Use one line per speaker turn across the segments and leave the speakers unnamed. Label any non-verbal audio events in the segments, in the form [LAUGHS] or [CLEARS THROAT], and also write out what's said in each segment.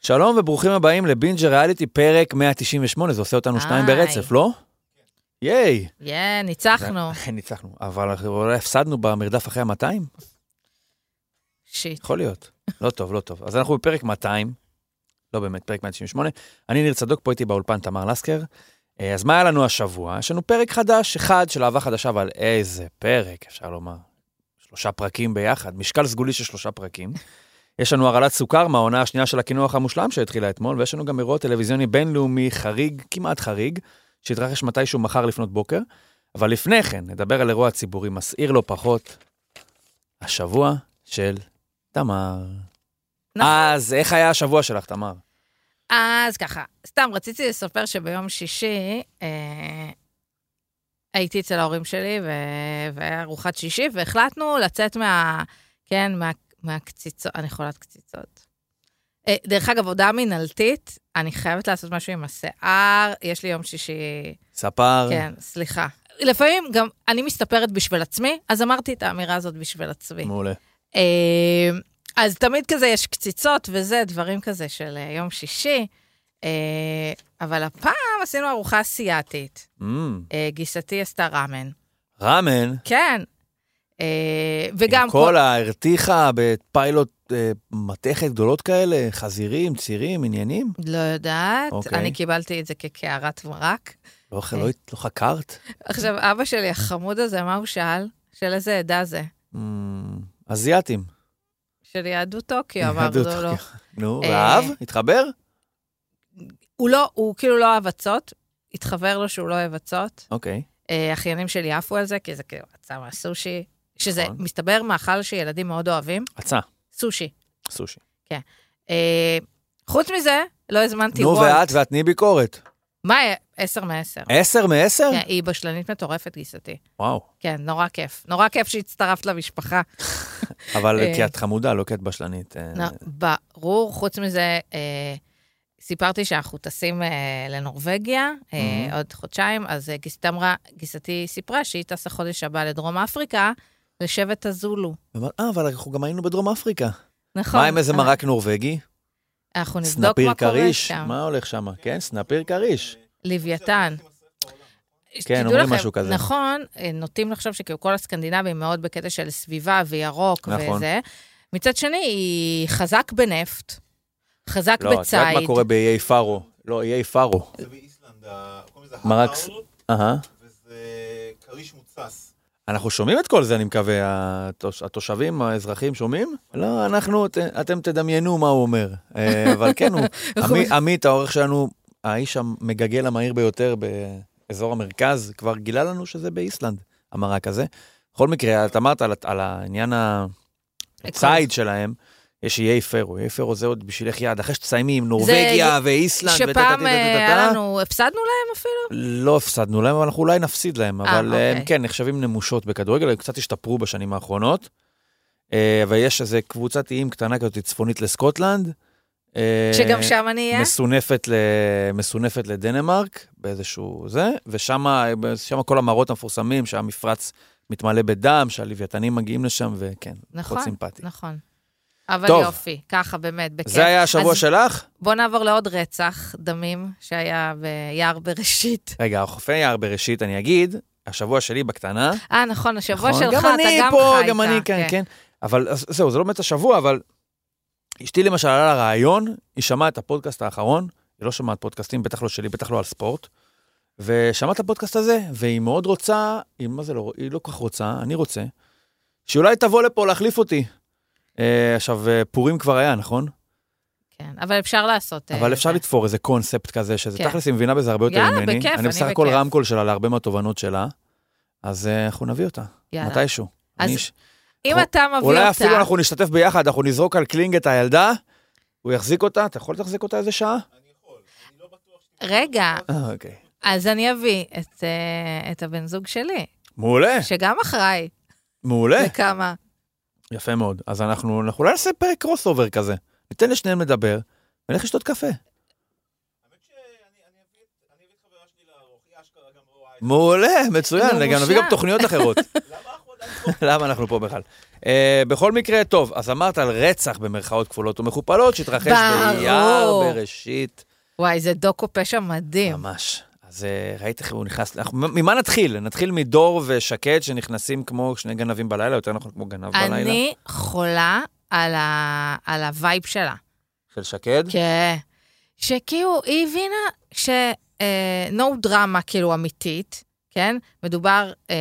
שלום וברוכים הבאים לבינג' הריאליטי, פרק 198, זה עושה אותנו שניים
היי.
ברצף, לא? ייי!
יא, ניצחנו.
זה- [LAUGHS] ניצחנו, אבל אנחנו אולי הפסדנו במרדף אחרי ה-200?
שיט.
יכול להיות. לא טוב, לא טוב. אז אנחנו בפרק 200, לא באמת, פרק 198. אני ניר צדוק, פה איתי באולפן תמר לסקר. אה, אז מה היה לנו השבוע? יש לנו פרק חדש, אחד של אהבה חדשה, אבל איזה פרק, אפשר לומר. שלושה פרקים ביחד, משקל סגולי של שלושה פרקים. יש לנו הרעלת סוכר מהעונה השנייה של הקינוח המושלם שהתחילה אתמול, ויש לנו גם אירוע טלוויזיוני בינלאומי חריג, כמעט חריג, שהתרחש מתישהו מחר לפנות בוקר. אבל לפני כן, נדבר על אירוע ציבורי מסעיר לא פחות, השבוע של תמר.
נכון.
אז איך היה השבוע שלך, תמר?
אז ככה, סתם רציתי לספר שביום שישי אה, הייתי אצל ההורים שלי ו- והיה ארוחת שישי, והחלטנו לצאת מה... כן, מה, מהקציצות, אני חולת קציצות. אה, דרך אגב, הודעה מינהלתית, אני חייבת לעשות משהו עם השיער, יש לי יום שישי
ספר?
כן, סליחה. לפעמים גם אני מסתפרת בשביל עצמי, אז אמרתי את האמירה הזאת בשביל עצמי.
מעולה.
אה, אז תמיד כזה יש קציצות וזה, דברים כזה של אה, יום שישי. אה, אבל הפעם עשינו ארוחה אסיאתית.
Mm,
אה, גיסתי עשתה ראמן.
ראמן,
כן. אה, וגם...
עם כל ההרתיחה בפיילוט אה, מתכת גדולות כאלה, חזירים, צירים, עניינים?
לא יודעת,
אוקיי.
אני קיבלתי את זה כקערת מרק.
לא
כן.
ח- לא הת- לא חקרת?
עכשיו, אבא שלי החמוד הזה, מה הוא שאל? של איזה עדה זה?
Mm, אזיאתים.
של יהדות טוקיו, אמרנו
יהדות,
לו.
כן. [LAUGHS] נו,
אה,
ואהב? התחבר?
הוא לא, הוא כאילו לא אוהב עצות, התחבר לו שהוא לא אוהב עצות.
אוקיי.
אה, אחיינים שלי עפו על זה, כי זה כאילו עצה מהסושי, שזה
נכון.
מסתבר מאכל שילדים מאוד אוהבים,
עצה,
סושי.
סושי.
אה, חוץ מזה, לא הזמנתי
נו,
וולט.
ואת, אה. ואת תני ביקורת.
מה, עשר מעשר.
עשר מעשר?
כן, היא בשלנית מטורפת, גיסתי.
וואו.
כן, נורא כיף. נורא כיף שהצטרפת למשפחה.
אבל
אה. נכון.
כי את חמודה, לא כי את בשלנית. אה,
נ- ברור, חוץ מזה, אה, סיפרתי שאנחנו טסים אה, לנורבגיה אה,
Mhm.
עוד חודשיים, אז אה, גיסתי אמרה, גיסתי סיפרה שהיא טסה חודש הבא לדרום אפריקה, לשבט הזולו.
אבל- אה, אבל אנחנו גם היינו בדרום אפריקה.
נכון.
מה עם איזה
אה,
מרק נורבגי?
אנחנו נבדוק
סנפיר
מה קורה
כריש?
שם.
מה הולך שם? כן, סנפיר כריש.
לוויתן.
כן,
תדעו
אומרים
לכם,
משהו כזה.
נכון, אה, נוטים לחשוב שכאילו כל הסקנדינבים מאוד בקטע של סביבה וירוק
נכון.
וזה. מצד שני, היא חזק בנפט, חזק
לא, את יודעת מה
בציד.
קורה באיי פארו. לא, איי פארו.
זה באיסלנד, ה- קוראים לזה
מרק
הארל,
ס- אהה.
וזה כריש מוצס.
אנחנו שומעים את כל זה, אני מקווה. התוש- התושבים, האזרחים שומעים? לא, אנחנו, ת- אתם תדמיינו מה הוא אומר. אה, אבל כן,
[LAUGHS]
הוא... עמי- עמית, העורך שלנו, האיש המגגל המהיר ביותר באזור המרכז, כבר גילה לנו שזה באיסלנד, המרק הזה. בכל מקרה, את אמרת על, ה- על העניין
אה,
הציד שלהם. יש איי פרו, איי פרו זה עוד בשבילך יעד, אחרי שתסיימי עם נורבגיה ואיסלנד
שפעם אה, היה
וטה-טה-טה-טה-טה,
לנו, הפסדנו להם אפילו?
לא הפסדנו להם, אבל אנחנו אולי נפסיד להם,
אה,
אבל אה, הם
אוקיי.
כן נחשבים נמושות בכדורגל, הם קצת השתפרו בשנים האחרונות. אה, אבל יש איזה קבוצת איים קטנה כזאת צפונית לסקוטלנד. אה,
שגם שם אני אהיה?
מסונפת, ל... מסונפת לדנמרק, באיזשהו זה, ושם שם כל המראות המפורסמים, שהמפרץ מתמלא בדם, שהלוויתנים מגיעים לשם, וכן,
נכון,
פחות סימפטי.
נכון. אבל
טוב.
יופי, ככה באמת, בכיף.
זה היה השבוע
אז
שלך?
בוא נעבור לעוד רצח דמים שהיה ביער בראשית.
רגע, חופי יער בראשית, אני אגיד, השבוע שלי בקטנה.
אה, נכון, השבוע
נכון?
שלך, אתה
גם
גם חי
אני
איתה.
פה, גם אני כאן, כן. אבל אז זהו, זה לא באמת השבוע, אבל אשתי למשל עלה לרעיון, היא שמעה את הפודקאסט האחרון, היא לא שמעת פודקאסטים, בטח לא שלי, בטח לא על ספורט, ושמעה את הפודקאסט הזה, והיא מאוד רוצה, היא, מה זה לא, היא לא כל כך רוצה, אני רוצה, שאולי תבוא לפה להחליף אותי. אה, עכשיו, אה, פורים כבר היה, נכון?
כן, אבל אפשר לעשות... אה,
אבל אפשר
זה.
לתפור איזה קונספט כזה, שזה
כן.
תכלס, היא מבינה בזה הרבה יותר
יאללה,
ממני.
בכיף,
אני
אני
בסך הכל
בכיף.
רמקול שלה להרבה מהתובנות שלה, אז אה, אנחנו נביא אותה,
יאללה.
מתישהו.
אז
אני ש-
אם
אנחנו-
אתה מביא
אולי
אותה...
אפילו אנחנו נשתתף ביחד, אנחנו נזרוק על קלינג את הילדה, הוא יחזיק אותה, אתה יכול לתחזיק אותה איזה שעה?
רגע,
אה, אוקיי.
אז אני אביא את, אה, את הבן זוג שלי,
מעולה,
שגם אחראי
מעולה.
לכמה.
יפה מאוד. אז אנחנו אנחנו אולי נעשה פרק קרוס אובר כזה. ניתן לשניהם לדבר, ונלך לשתות קפה.
האמת שאני אני אביא את- אני אביא את חברה שלי לערוך, היא אשכרה גם רואה את זה.
מעולה, מצוין,
נו,
גם נביא
מושלם.
[LAUGHS]
גם תוכניות אחרות.
למה אנחנו עדיין פה?
למה אנחנו פה בכלל? אה, בכל מקרה, טוב, אז אמרת על רצח במרכאות כפולות ומכופלות, שהתרחש
ברור.
באייר בראשית.
וואי, זה דוקו פשע מדהים.
ממש. אז אה, ראית איך הוא נכנס, אנחנו- ממה נתחיל? נתחיל מדור ושקד שנכנסים כמו שני גנבים בלילה, יותר נכון כמו גנב בלילה.
אני חולה על ה- על הווייב שלה.
של שקד?
כן. שכאילו, היא הבינה ש... אה, no דרמה כאילו אמיתית, כן? מדובר אה,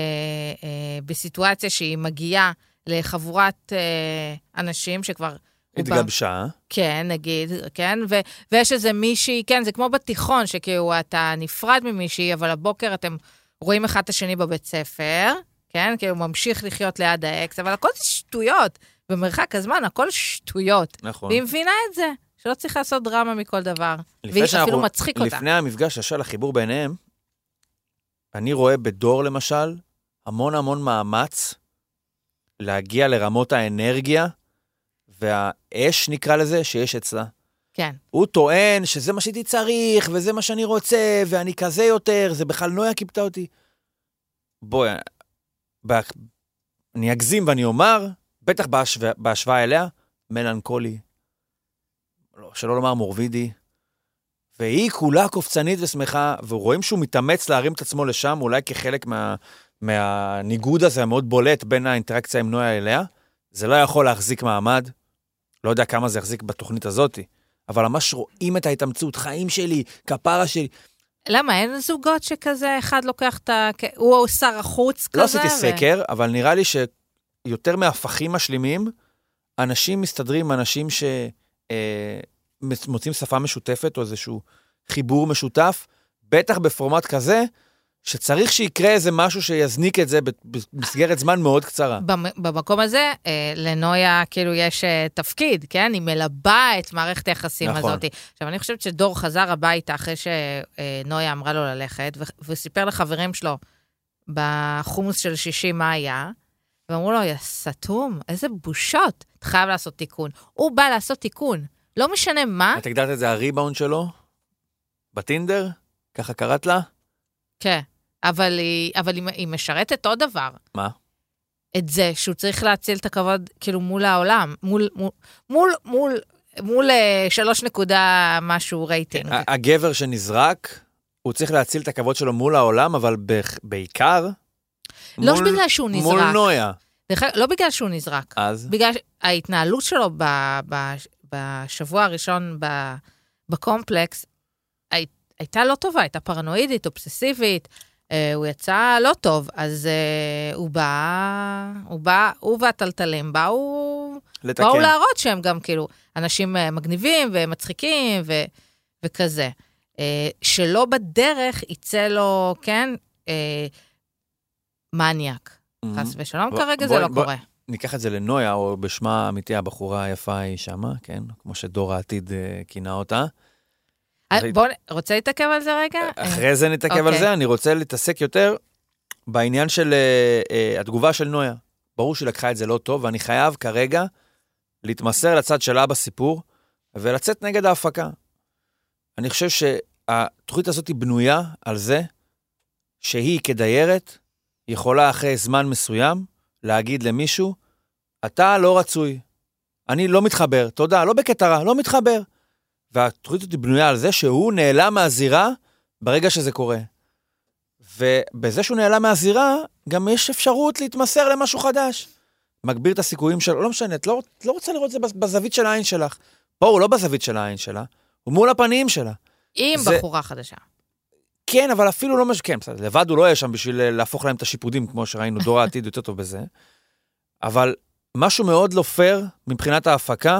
אה, בסיטואציה שהיא מגיעה לחבורת אה, אנשים שכבר...
התגבשה.
כן, נגיד, כן, ו- ויש איזה מישהי, כן, זה כמו בתיכון, שכאילו אתה נפרד ממישהי, אבל הבוקר אתם רואים אחד את השני בבית ספר, כן, כאילו ממשיך לחיות ליד האקס, אבל הכל זה שטויות, במרחק הזמן הכל שטויות.
נכון.
והיא מבינה את זה, שלא צריך לעשות דרמה מכל דבר.
לפני
והיא
שאנחנו-
אפילו מצחיק אותה.
לפני המפגש ישר לחיבור ביניהם, אני רואה בדור למשל המון המון מאמץ להגיע לרמות האנרגיה והאש נקרא לזה שיש אצלה.
כן,
הוא טוען שזה מה שהייתי צריך, וזה מה שאני רוצה, ואני כזה יותר, זה בכלל נויה כיבתה אותי. בואי, ב... אני אגזים ואני אומר, בטח בהשו... בהשוואה אליה, מלנכולי. לא, שלא לומר מורבידי. והיא כולה קופצנית ושמחה, ורואים שהוא מתאמץ להרים את עצמו לשם, אולי כחלק מה... מהניגוד הזה המאוד בולט בין האינטראקציה עם נויה אליה. זה לא יכול להחזיק מעמד. לא יודע כמה זה יחזיק בתוכנית הזאתי. אבל ממש רואים את ההתאמצות, חיים שלי, כפרה שלי.
למה אין זוגות שכזה, אחד לוקח את ה... כ- הוא שר החוץ כזה?
לא עשיתי
ו-
סקר, אבל נראה לי שיותר מהפכים משלימים, אנשים מסתדרים עם אנשים שמוצאים שפה משותפת או איזשהו חיבור משותף, בטח בפורמט כזה, שצריך שיקרה איזה משהו שיזניק את זה במסגרת זמן מאוד קצרה.
במ- במקום הזה, אה, לנויה כאילו יש אה, תפקיד, כן? היא מלבה את מערכת היחסים
נכון.
הזאת. עכשיו, אני חושבת שדור חזר הביתה אחרי שנויה אמרה לו ללכת, ו- וסיפר לחברים שלו בחומוס של שישי מה היה, ואמרו לו, יא סתום, איזה בושות, אתה חייב לעשות תיקון. הוא בא לעשות תיקון, לא משנה מה.
את הגדרת את זה הריבאונד שלו? בטינדר? ככה קראת לה?
כן, אבל היא, אבל היא, היא משרתת עוד דבר.
מה?
את זה שהוא צריך להציל את הכבוד, כאילו, מול העולם, מול, מול, מול, מול, מול אה, שלוש נקודה משהו רייטינג.
ה- הגבר שנזרק, הוא צריך להציל את הכבוד שלו מול העולם, אבל בכ- בעיקר...
לא
מול-
בגלל שהוא נזרק.
מול נויה.
דרך אגב, לא בגלל שהוא נזרק,
אז?
בגלל ההתנהלות שלו ב, ב, בשבוע הראשון ב, בקומפלקס, הי, הייתה לא טובה, הייתה פרנואידית, אובססיבית, אה, הוא יצא לא טוב, אז אה, הוא בא, הוא בא, הוא והטלטלים באו
לתקן.
באו להראות שהם גם כאילו אנשים אה, מגניבים ומצחיקים ו- וכזה. אה, שלא בדרך יצא לו, כן, אה, מניאק.
מהמם.
חס ושלום,
Mm-hmm. בוא-
כרגע
בוא-
זה לא
בוא-
קורה.
ניקח את זה לנויה, או בשמה האמיתי, הבחורה היפה היא שמה, כן? כמו שדור העתיד אה, כינה אותה.
אה,
זה-
בוא, נ- רוצה להתעכב על זה רגע? אה,
אחרי זה נתעכב על
אוקיי.
זה, אני רוצה להתעסק יותר בעניין של אה, אה, התגובה של נויה. ברור שהיא לקחה את זה לא טוב, ואני חייב כרגע להתמסר לצד שלה בסיפור ולצאת נגד ההפקה. אני חושב שהתוכנית הזאת היא בנויה על זה שהיא כדיירת יכולה אחרי זמן מסוים להגיד למישהו, אתה לא רצוי, אני לא מתחבר, תודה, לא בקטע רע, לא מתחבר. והתוכנית הזאת היא בנויה על זה שהוא נעלם מהזירה ברגע שזה קורה. ובזה שהוא נעלם מהזירה, גם יש אפשרות להתמסר למשהו חדש. מגביר את הסיכויים שלו, לא משנה, את לא, את לא רוצה לראות את זה בז- בזווית של העין שלך. פה הוא לא בזווית של העין שלה, הוא מול הפנים שלה.
עם
זה-
בחורה חדשה.
כן, אבל אפילו לא משנה, כן, בסדר, לבד הוא לא יהיה שם בשביל אה, להפוך להם את השיפודים, כמו שראינו, דור העתיד יותר טוב בזה. אבל משהו מאוד לא פייר מבחינת ההפקה,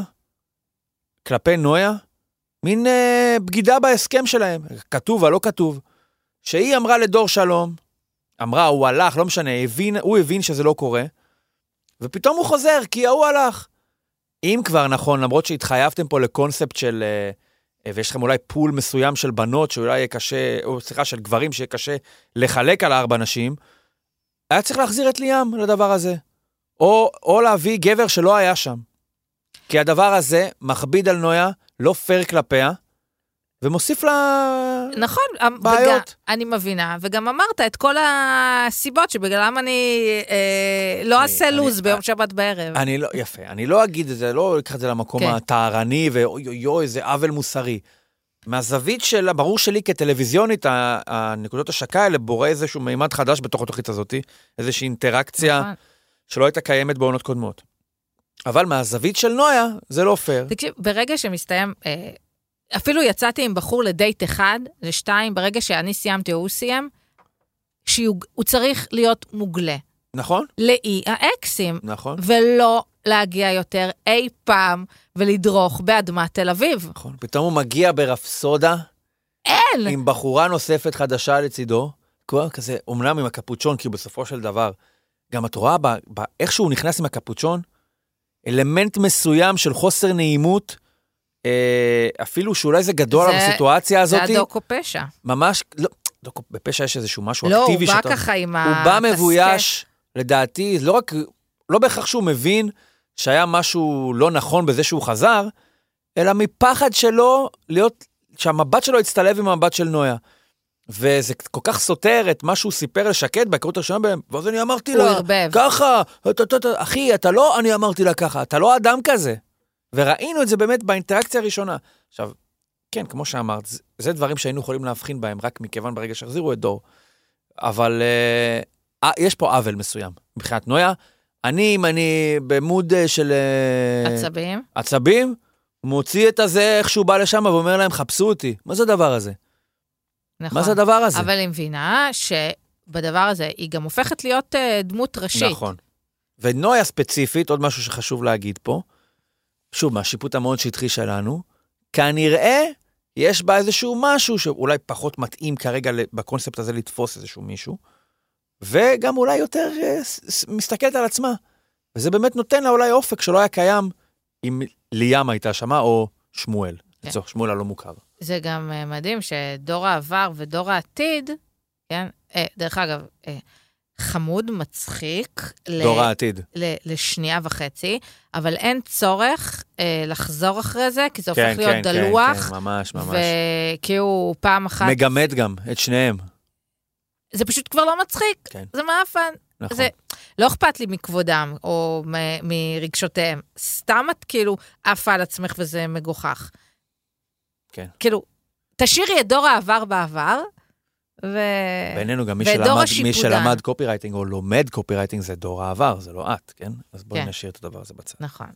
כלפי נויה, מין אה, בגידה בהסכם שלהם, כתוב הלא כתוב, שהיא אמרה לדור שלום, אמרה, הוא הלך, לא משנה, הבין, הוא הבין שזה לא קורה, ופתאום הוא חוזר, כי ההוא הלך. אם כבר נכון, למרות שהתחייבתם פה לקונספט של... אה, אה, ויש לכם אולי פול מסוים של בנות שאולי יהיה קשה, או סליחה, של גברים שיהיה קשה לחלק על הארבע נשים, היה צריך להחזיר את ליאם לדבר הזה. או, או להביא גבר שלא היה שם. כי הדבר הזה מכביד על נויה, לא פייר כלפיה, ומוסיף לה...
נכון, אמ-
בעיות.
וגם- אני מבינה, וגם אמרת את כל הסיבות שבגללם אני אה, לא
אני-
אעשה
אני-
לו"ז ביום
אה,
שבת בערב.
אני לא, יפה, אני לא אגיד את זה, לא אקח את זה למקום
כן.
הטהרני ואוי אוי אוי, איזה עוול מוסרי. מהזווית של, ברור שלי כטלוויזיונית, ה- הנקודות השקה האלה בורא איזשהו מימד חדש בתוך התוכנית הזאת, איזושהי אינטראקציה
נכון.
שלא הייתה קיימת בעונות קודמות. אבל מהזווית של נויה, זה לא פייר.
תקשיב, ברגע שמסתיים, אה, אפילו יצאתי עם בחור לדייט אחד, לשתיים, ברגע שאני סיימתי או הוא סיים, שהוא צריך להיות מוגלה
נכון?
לאי האקסים,
נכון.
ולא להגיע יותר אי פעם ולדרוך באדמת תל אביב.
נכון. פתאום הוא מגיע ברפסודה
אין!
עם בחורה נוספת חדשה לצידו, כבר כזה, אמנם עם הקפוצ'ון, כי בסופו של דבר, גם את רואה ב- ב- איך שהוא נכנס עם הקפוצ'ון, אלמנט מסוים של חוסר נעימות, אה, אפילו שאולי זה גדול
זה-
על הסיטואציה הזאת,
זה הדוקו פשע.
ממש, לא, דוקו, בפשע יש איזשהו משהו
לא, הוא
אקטיבי
בא ככה עם ה...
הוא בא מבויש, לדעתי, לא רק, לא בהכרח שהוא מבין שהיה משהו לא נכון בזה שהוא חזר, אלא מפחד שלו להיות, שהמבט שלו יצטלב עם המבט של נויה. וזה כל כך סותר את מה שהוא סיפר לשקד בהיכרות הראשונה בהם, ואז אני אמרתי
הוא
לה,
כאילו ערבב.
ככה, אתה- אתה- אתה- אחי, אתה לא, אני אמרתי לה ככה, אתה לא אדם כזה. וראינו את זה באמת באינטראקציה הראשונה. עכשיו, כן, כמו שאמרת, זה, זה דברים שהיינו יכולים להבחין בהם רק מכיוון ברגע שהחזירו את דור. אבל אה, אה, יש פה עוול מסוים מבחינת נויה. אני, אם אני במוד אה, של אה,
עצבים.
עצבים, מוציא את הזה איך שהוא בא לשם ואומר להם, חפשו אותי. מה זה הדבר הזה?
נכון.
מה זה הדבר הזה?
אבל היא מבינה שבדבר הזה היא גם הופכת להיות אה, דמות ראשית.
נכון. ונויה ספציפית, עוד משהו שחשוב להגיד פה, שוב, מהשיפוט המאוד שטחי שלנו, כנראה יש בה איזשהו משהו שאולי פחות מתאים כרגע ל- בקונספט הזה לתפוס איזשהו מישהו, וגם אולי יותר אה, ס- ס- מסתכלת על עצמה. וזה באמת נותן לה אולי אופק שלא היה קיים אם ליאם הייתה שמה, או שמואל.
כן.
לצורך, שמואל הלא מוכר.
זה גם אה, מדהים שדור העבר ודור העתיד, כן? אה, דרך אגב, אה, חמוד, מצחיק. ל-
דור העתיד.
ל- לשנייה וחצי, אבל אין צורך אה, לחזור אחרי זה, כי זה הופך
כן,
להיות
כן, כן,
דלוח.
כן, ממש, ממש.
וכי הוא פעם אחת...
מגמד גם את שניהם.
זה פשוט כבר לא מצחיק,
כן.
זה מעפן.
נכון.
זה, לא אכפת לי מכבודם או מ- מרגשותיהם. סתם את כאילו עפה על עצמך וזה מגוחך.
כן.
כאילו, תשאירי את דור העבר בעבר, ו...
בינינו גם מי
כן. ודור
שלמד, מי
השיפודן.
שלמד קופירייטינג או לומד קופירייטינג זה דור העבר, זה לא את, כן? אז בואי
כן.
נשאיר את הדבר הזה בצד.
נכון.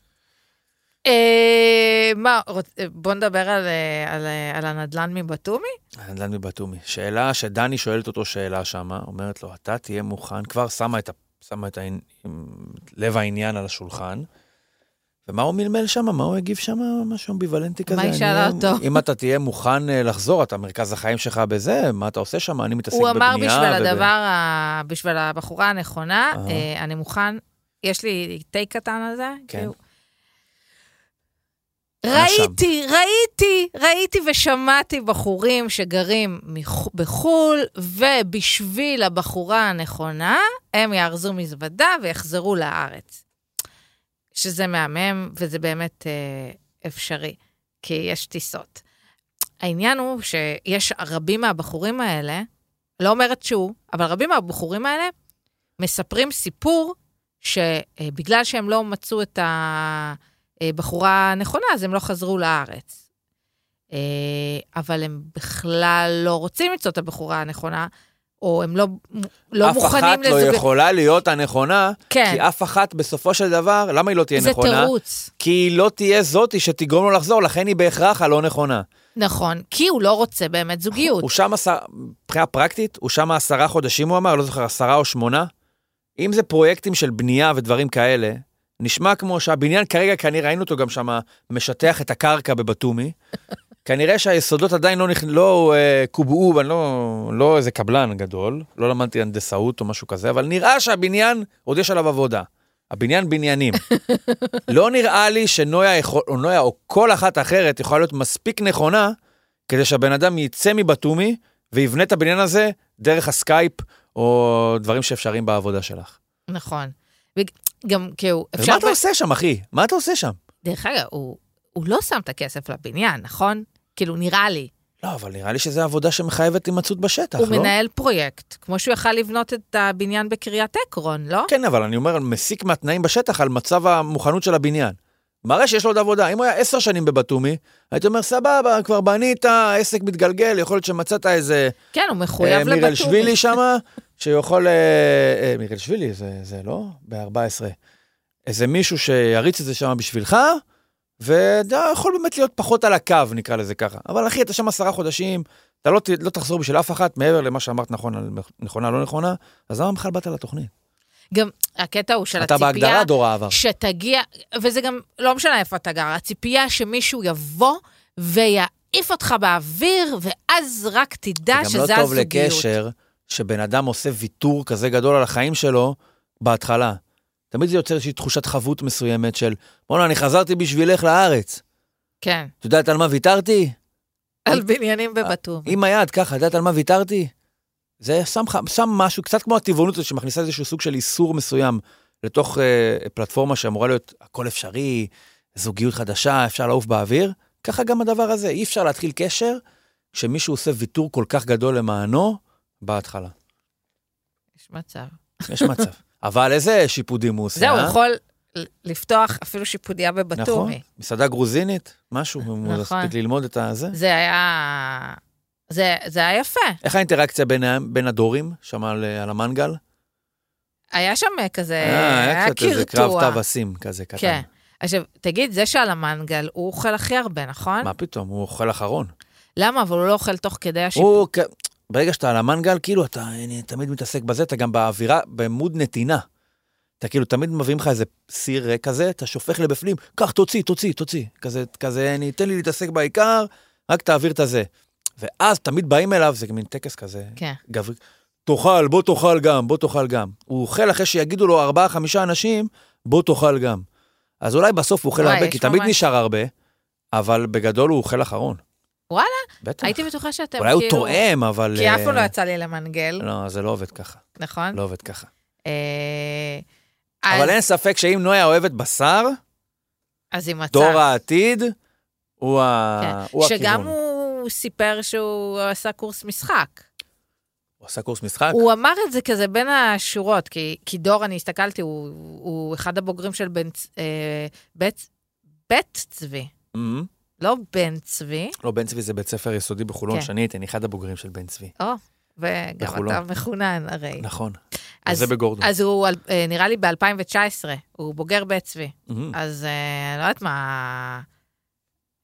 אה, מה, רוצ... אה, בוא נדבר על, אה, על, אה, על הנדלן מבטומי?
הנדל"ן מבטומי. שאלה שדני שואלת אותו שאלה שמה, אומרת לו, אתה תהיה מוכן, כבר שמה את, ה, שמה את ה, לב העניין על השולחן. ומה הוא מלמל שם? מה הוא הגיב שם? משהו אמביוולנטי כזה.
מה היא
אני-
שאלה אותו?
אם אתה תהיה מוכן אה, לחזור, אתה מרכז החיים שלך בזה, מה אתה עושה שם? אני מתעסק
הוא
בבנייה.
אמר בשביל
וב-
הדבר, ה... בשביל הבחורה הנכונה,
אהה.
אה, אני מוכן, יש לי טייק קטן על זה.
כן.
כאילו,
אנא שם.
ראיתי, ראיתי, ראיתי ושמעתי בחורים שגרים מח... בחו"ל, ובשביל הבחורה הנכונה, הם יארזו מזוודה ויחזרו לארץ. שזה מהמם, וזה באמת אה, אפשרי, כי יש טיסות. העניין הוא שיש רבים מהבחורים האלה, לא אומרת שהוא, אבל רבים מהבחורים האלה מספרים סיפור שבגלל שהם לא מצאו את הבחורה הנכונה, אז הם לא חזרו לארץ. אה, אבל הם בכלל לא רוצים למצוא את הבחורה הנכונה, או הם לא, לא
אף אחת
מוכנים
לא יכולה להיות הנכונה,
כן.
כי אף אחת בסופו של דבר, למה היא לא תהיה
זה
נכונה?
תירוץ.
כי היא לא תהיה זאתי שתגרום לו לחזור, לכן היא בהכרח הלא נכונה.
נכון, כי הוא לא רוצה באמת זוגיות.
הוא שם עשר... מבחינה פרקטית, הוא שם עשרה חודשים, הוא אמר, לא זוכר, עשרה או שמונה. אם זה פרויקטים של בנייה ודברים כאלה, נשמע כמו שהבניין כרגע, כנראה ראינו אותו גם שם משטח את הקרקע בבתומי. כנראה שהיסודות עדיין לא, נכ... לא uh, קובעו, אני לא, לא איזה קבלן גדול, לא למדתי הנדסאות או משהו כזה, אבל נראה שהבניין, עוד יש עליו עבודה. הבניין בניינים. לא נראה לי שנויה יכול, או נויה או כל אחת אחרת יכולה להיות מספיק נכונה כדי שהבן אדם יצא מבתומי ויבנה את הבניין הזה דרך הסקייפ או דברים שאפשריים בעבודה שלך.
נכון. וגם כאילו, אפשר...
ומה אתה עושה שם, אחי? מה אתה עושה שם?
דרך אגב, הוא, הוא לא שם את הכסף לבניין, נכון? כאילו, נראה לי.
לא, אבל נראה לי שזו עבודה שמחייבת הימצאות בשטח,
הוא
לא?
מנהל פרויקט, כמו שהוא יכל לבנות את הבניין בקריית עקרון, לא?
כן, אבל אני אומר, מסיק מהתנאים בשטח על מצב המוכנות של הבניין. מראה שיש לו עוד עבודה. אם הוא היה עשר שנים בבתומי, הייתי אומר, סבבה, כבר בנית, העסק מתגלגל, יכול להיות שמצאת איזה
כן, הוא מחויב
אה, מירל
לבטומי.
שבילי שמה, שיכול... אה, אה, מירל שבילי, זה, זה לא? ב-14. איזה מישהו שיריץ את זה שם בשבילך, ואתה יכול באמת להיות פחות על הקו, נקרא לזה ככה. אבל אחי, אתה שם עשרה חודשים, אתה לא, ת- לא תחזור בשביל אף אחת, מעבר למה שאמרת נכון, על- נכונה, לא נכונה, אז למה בכלל באת לתוכנית?
גם הקטע הוא של
אתה
הציפייה
בהגדרה דור העבר.
שתגיע, וזה גם לא משנה איפה אתה גר, הציפייה שמישהו יבוא ויעיף אותך באוויר, ואז רק תדע
זה
שזה
גם
הזוגיות.
לא טוב לקשר שבן אדם עושה ויתור כזה גדול על החיים שלו בהתחלה. תמיד זה יוצר איזושהי תחושת חבות מסוימת של, בואנה, אני חזרתי בשבילך לארץ.
כן,
את יודעת על מה ויתרתי?
על
אה,
בניינים בבתום.
עם היד ככה, את יודעת על מה ויתרתי? זה שם, ח- שם משהו, קצת כמו הטבעונות הזאת שמכניסה איזשהו סוג של איסור מסוים לתוך אה, פלטפורמה שאמורה להיות הכל אפשרי, זוגיות חדשה, אפשר לעוף באוויר. ככה גם הדבר הזה, אי אפשר להתחיל קשר כשמישהו עושה ויתור כל כך גדול למענו בהתחלה.
יש מצב.
יש מצב. [LAUGHS] אבל איזה שיפודים הוא עושה,
זהו, נכון.
אה? נכון.
הוא יכול ל- לפתוח אפילו שיפודיה בבתומי.
מסעדה גרוזינית, משהו, אם הוא
נכון.
יספיק ללמוד את הזה.
זה היה... זה, זה היה יפה.
איך האינטראקציה בין, ה- בין הדורים, שם על, אה, על המנגל?
היה שם כזה,
אה, היה קצת איזה קרב
קרטוע.
טווסים כזה קטן.
כן. עכשיו, תגיד, זה שעל המנגל, הוא אוכל הכי הרבה, נכון?
מה פתאום, הוא אוכל אחרון.
למה? אבל הוא לא אוכל תוך כדי השיפוד.
הוא, כ- ברגע שאתה על המנגל, כאילו, אתה אני תמיד מתעסק בזה, אתה גם באווירה, במוד נתינה. אתה כאילו, תמיד מביאים לך איזה סיר ריק כזה, אתה שופך לבפנים, קח, תוציא, תוציא, תוציא. כזה, כזה, אני, תן לי להתעסק בעיקר, רק תעביר את הזה. ואז תמיד באים אליו, זה מין טקס כזה,
כן.
גברי, תאכל, בוא תאכל גם, בוא תאכל גם. הוא אוכל אחרי שיגידו לו ארבעה, חמישה אנשים, בוא תאכל גם. אז אולי בסוף הוא אוכל
וואי,
הרבה,
יש
כי תמיד
ממש-
נשאר הרבה, אבל בגדול הוא אוכל אחרון.
וואלה?
בטח.
הייתי בטוחה שאתם
אולי
כאילו...
הוא תואם, אבל...
כי אף פעם לא
אה,
יצא לי למנגל,
לא, זה לא עובד ככה.
נכון?
לא עובד ככה.
אה, אז-
אבל אין ספק שאם נויה אוהבת בשר,
אז היא מצאה.
דור העתיד הוא ה-
כן.
הוא
שגם
הכיוון.
הוא סיפר שהוא עשה קורס משחק.
הוא עשה קורס משחק?
הוא אמר את זה כזה בין השורות, כי, כי דור, אני הסתכלתי, הוא, הוא אחד הבוגרים של בן, צ- אה, בית, בית צבי,
אמ,
לא בן צבי,
לא, בן צבי זה בית ספר יסודי בחולון
כן.
שאני הייתי, אני אחד הבוגרים של בן צבי.
וגם
בחולון.
אתה מחונן הרי.
נכון.
אוקיי. אז-
זה בגורדון.
אז הוא, על- אה, נראה לי ב-2019, הוא בוגר בית צבי.
אמ.
אז אה, אני לא יודעת מה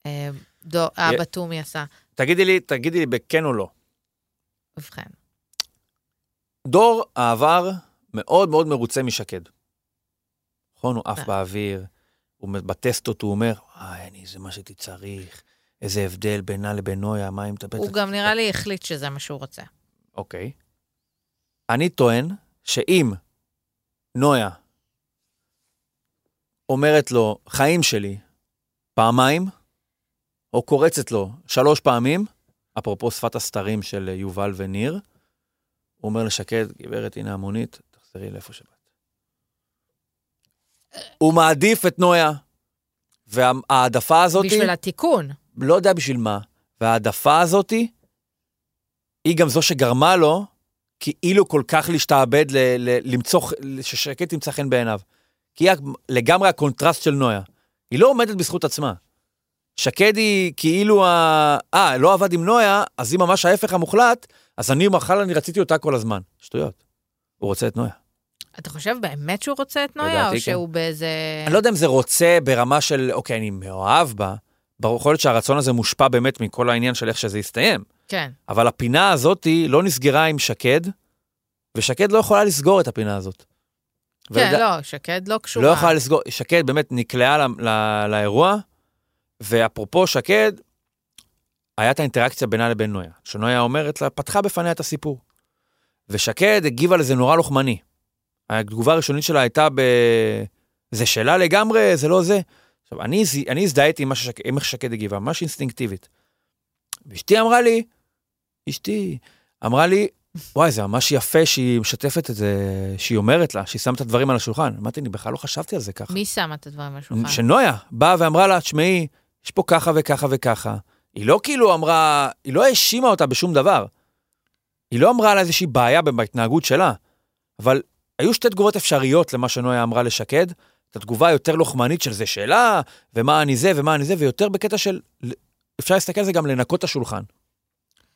אה, דו- אבא תומי עשה.
תגידי לי, תגידי לי בכן או לא.
ובכן,
דור העבר מאוד מאוד מרוצה משקד. נכון, הוא עף
אה.
באוויר, הוא מ- בטסטות, הוא אומר, אה, אני, זה מה שהייתי צריך, איזה הבדל בינה לבין נויה, מה היא מטפלת?
הוא גם נראה לי החליט שזה מה שהוא רוצה.
אוקיי. אני טוען שאם נויה אומרת לו, חיים שלי, פעמיים, או קורצת לו שלוש פעמים, אפרופו שפת הסתרים של אה, יובל וניר, הוא אומר לשקד, גברת, הנה המונית, תחזרי לאיפה שבאת. הוא מעדיף את נויה, וההעדפה הזאת...
בשביל התיקון.
לא יודע בשביל מה, וההעדפה הזאתי, היא גם זו שגרמה לו כאילו כל כך להשתעבד, ל- ל- למצוא, ח- ששקד תמצא חן בעיניו. כי היא לגמרי הקונטרסט של נויה. היא לא עומדת בזכות עצמה. שקד היא כאילו ה... אה, לא עבד עם נויה, אז היא ממש ההפך המוחלט, אז אני מחל, אני רציתי אותה כל הזמן. שטויות. הוא רוצה את נויה.
אתה חושב באמת שהוא רוצה את נויה,
לדעתי
או
כן.
שהוא באיזה...
אני לא יודע אם זה רוצה ברמה של, אוקיי, אני מאוהב בה, ברור, יכול להיות שהרצון הזה מושפע באמת מכל העניין של איך שזה יסתיים.
כן.
אבל הפינה הזאת היא לא נסגרה עם שקד, ושקד לא יכולה לסגור את הפינה הזאת.
כן,
ולד-
לא, שקד לא קשורה.
לא יכולה לסגור, שקד באמת נקלעה ל... ל... לאירוע, ואפרופו שקד, היה את האינטראקציה בינה לבין נויה, שנויה אומרת לה, פתחה בפניה את הסיפור. ושקד הגיבה לזה נורא לוחמני. התגובה הראשונית שלה הייתה ב... זה שאלה לגמרי, זה לא זה. עכשיו, אני, ז- אני הזדהיתי עם, מה ששק... עם איך שקד הגיבה, ממש אינסטינקטיבית. ואשתי אמרה לי, אשתי, אמרה לי, וואי, זה ממש יפה שהיא משתפת את זה, שהיא אומרת לה, שהיא שמה את הדברים על השולחן. אמרתי, אני בכלל לא חשבתי על זה ככה.
נכון. מי שם את הדברים על השולחן?
שנויה באה ואמרה לה, תשמעי, יש פה ככה וככה וככה, היא לא כאילו אמרה, היא לא האשימה אותה בשום דבר. היא לא אמרה על איזושהי בעיה בהתנהגות שלה, אבל היו שתי תגובות אפשריות למה שנויה אמרה לשקד, את התגובה היותר לוחמנית של זה שאלה, ומה אני זה ומה אני זה, ויותר בקטע של, אפשר להסתכל על זה גם לנקות את השולחן.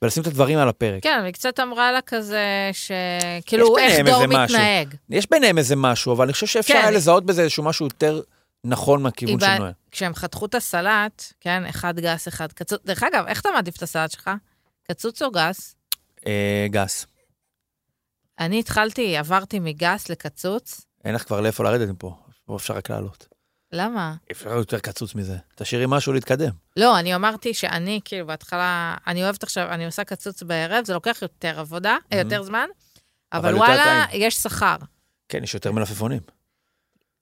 ולשים את הדברים על הפרק.
כן, היא קצת אמרה לה כזה, שכאילו, איך
ביניהם
דור
איזה משהו.
מתנהג.
יש ביניהם איזה משהו, אבל אני חושב שאפשר
כן.
היה לזהות בזה איזשהו משהו יותר נכון מהכיוון של
היא בא-
נויה.
כשהם חתכו את הסלט, כן, אחד גס, אחד קצוץ. דרך אגב, איך אתה מעדיף את הסלט שלך? קצוץ או גס?
אה, גס,
אני התחלתי, עברתי מגס לקצוץ.
אין לך כבר לאיפה לרדת מפה, פה אפשר רק לעלות.
למה?
אפשר יותר קצוץ מזה. תשאירי משהו להתקדם.
לא, אני אמרתי שאני, כאילו, בהתחלה, אני אוהבת עכשיו, אני עושה קצוץ בערב, זה לוקח יותר עבודה, mm-hmm.
Mhm.
יותר זמן,
אבל
אבל
יותר
וואלה, יש שכר.
כן, יש יותר מלפפונים.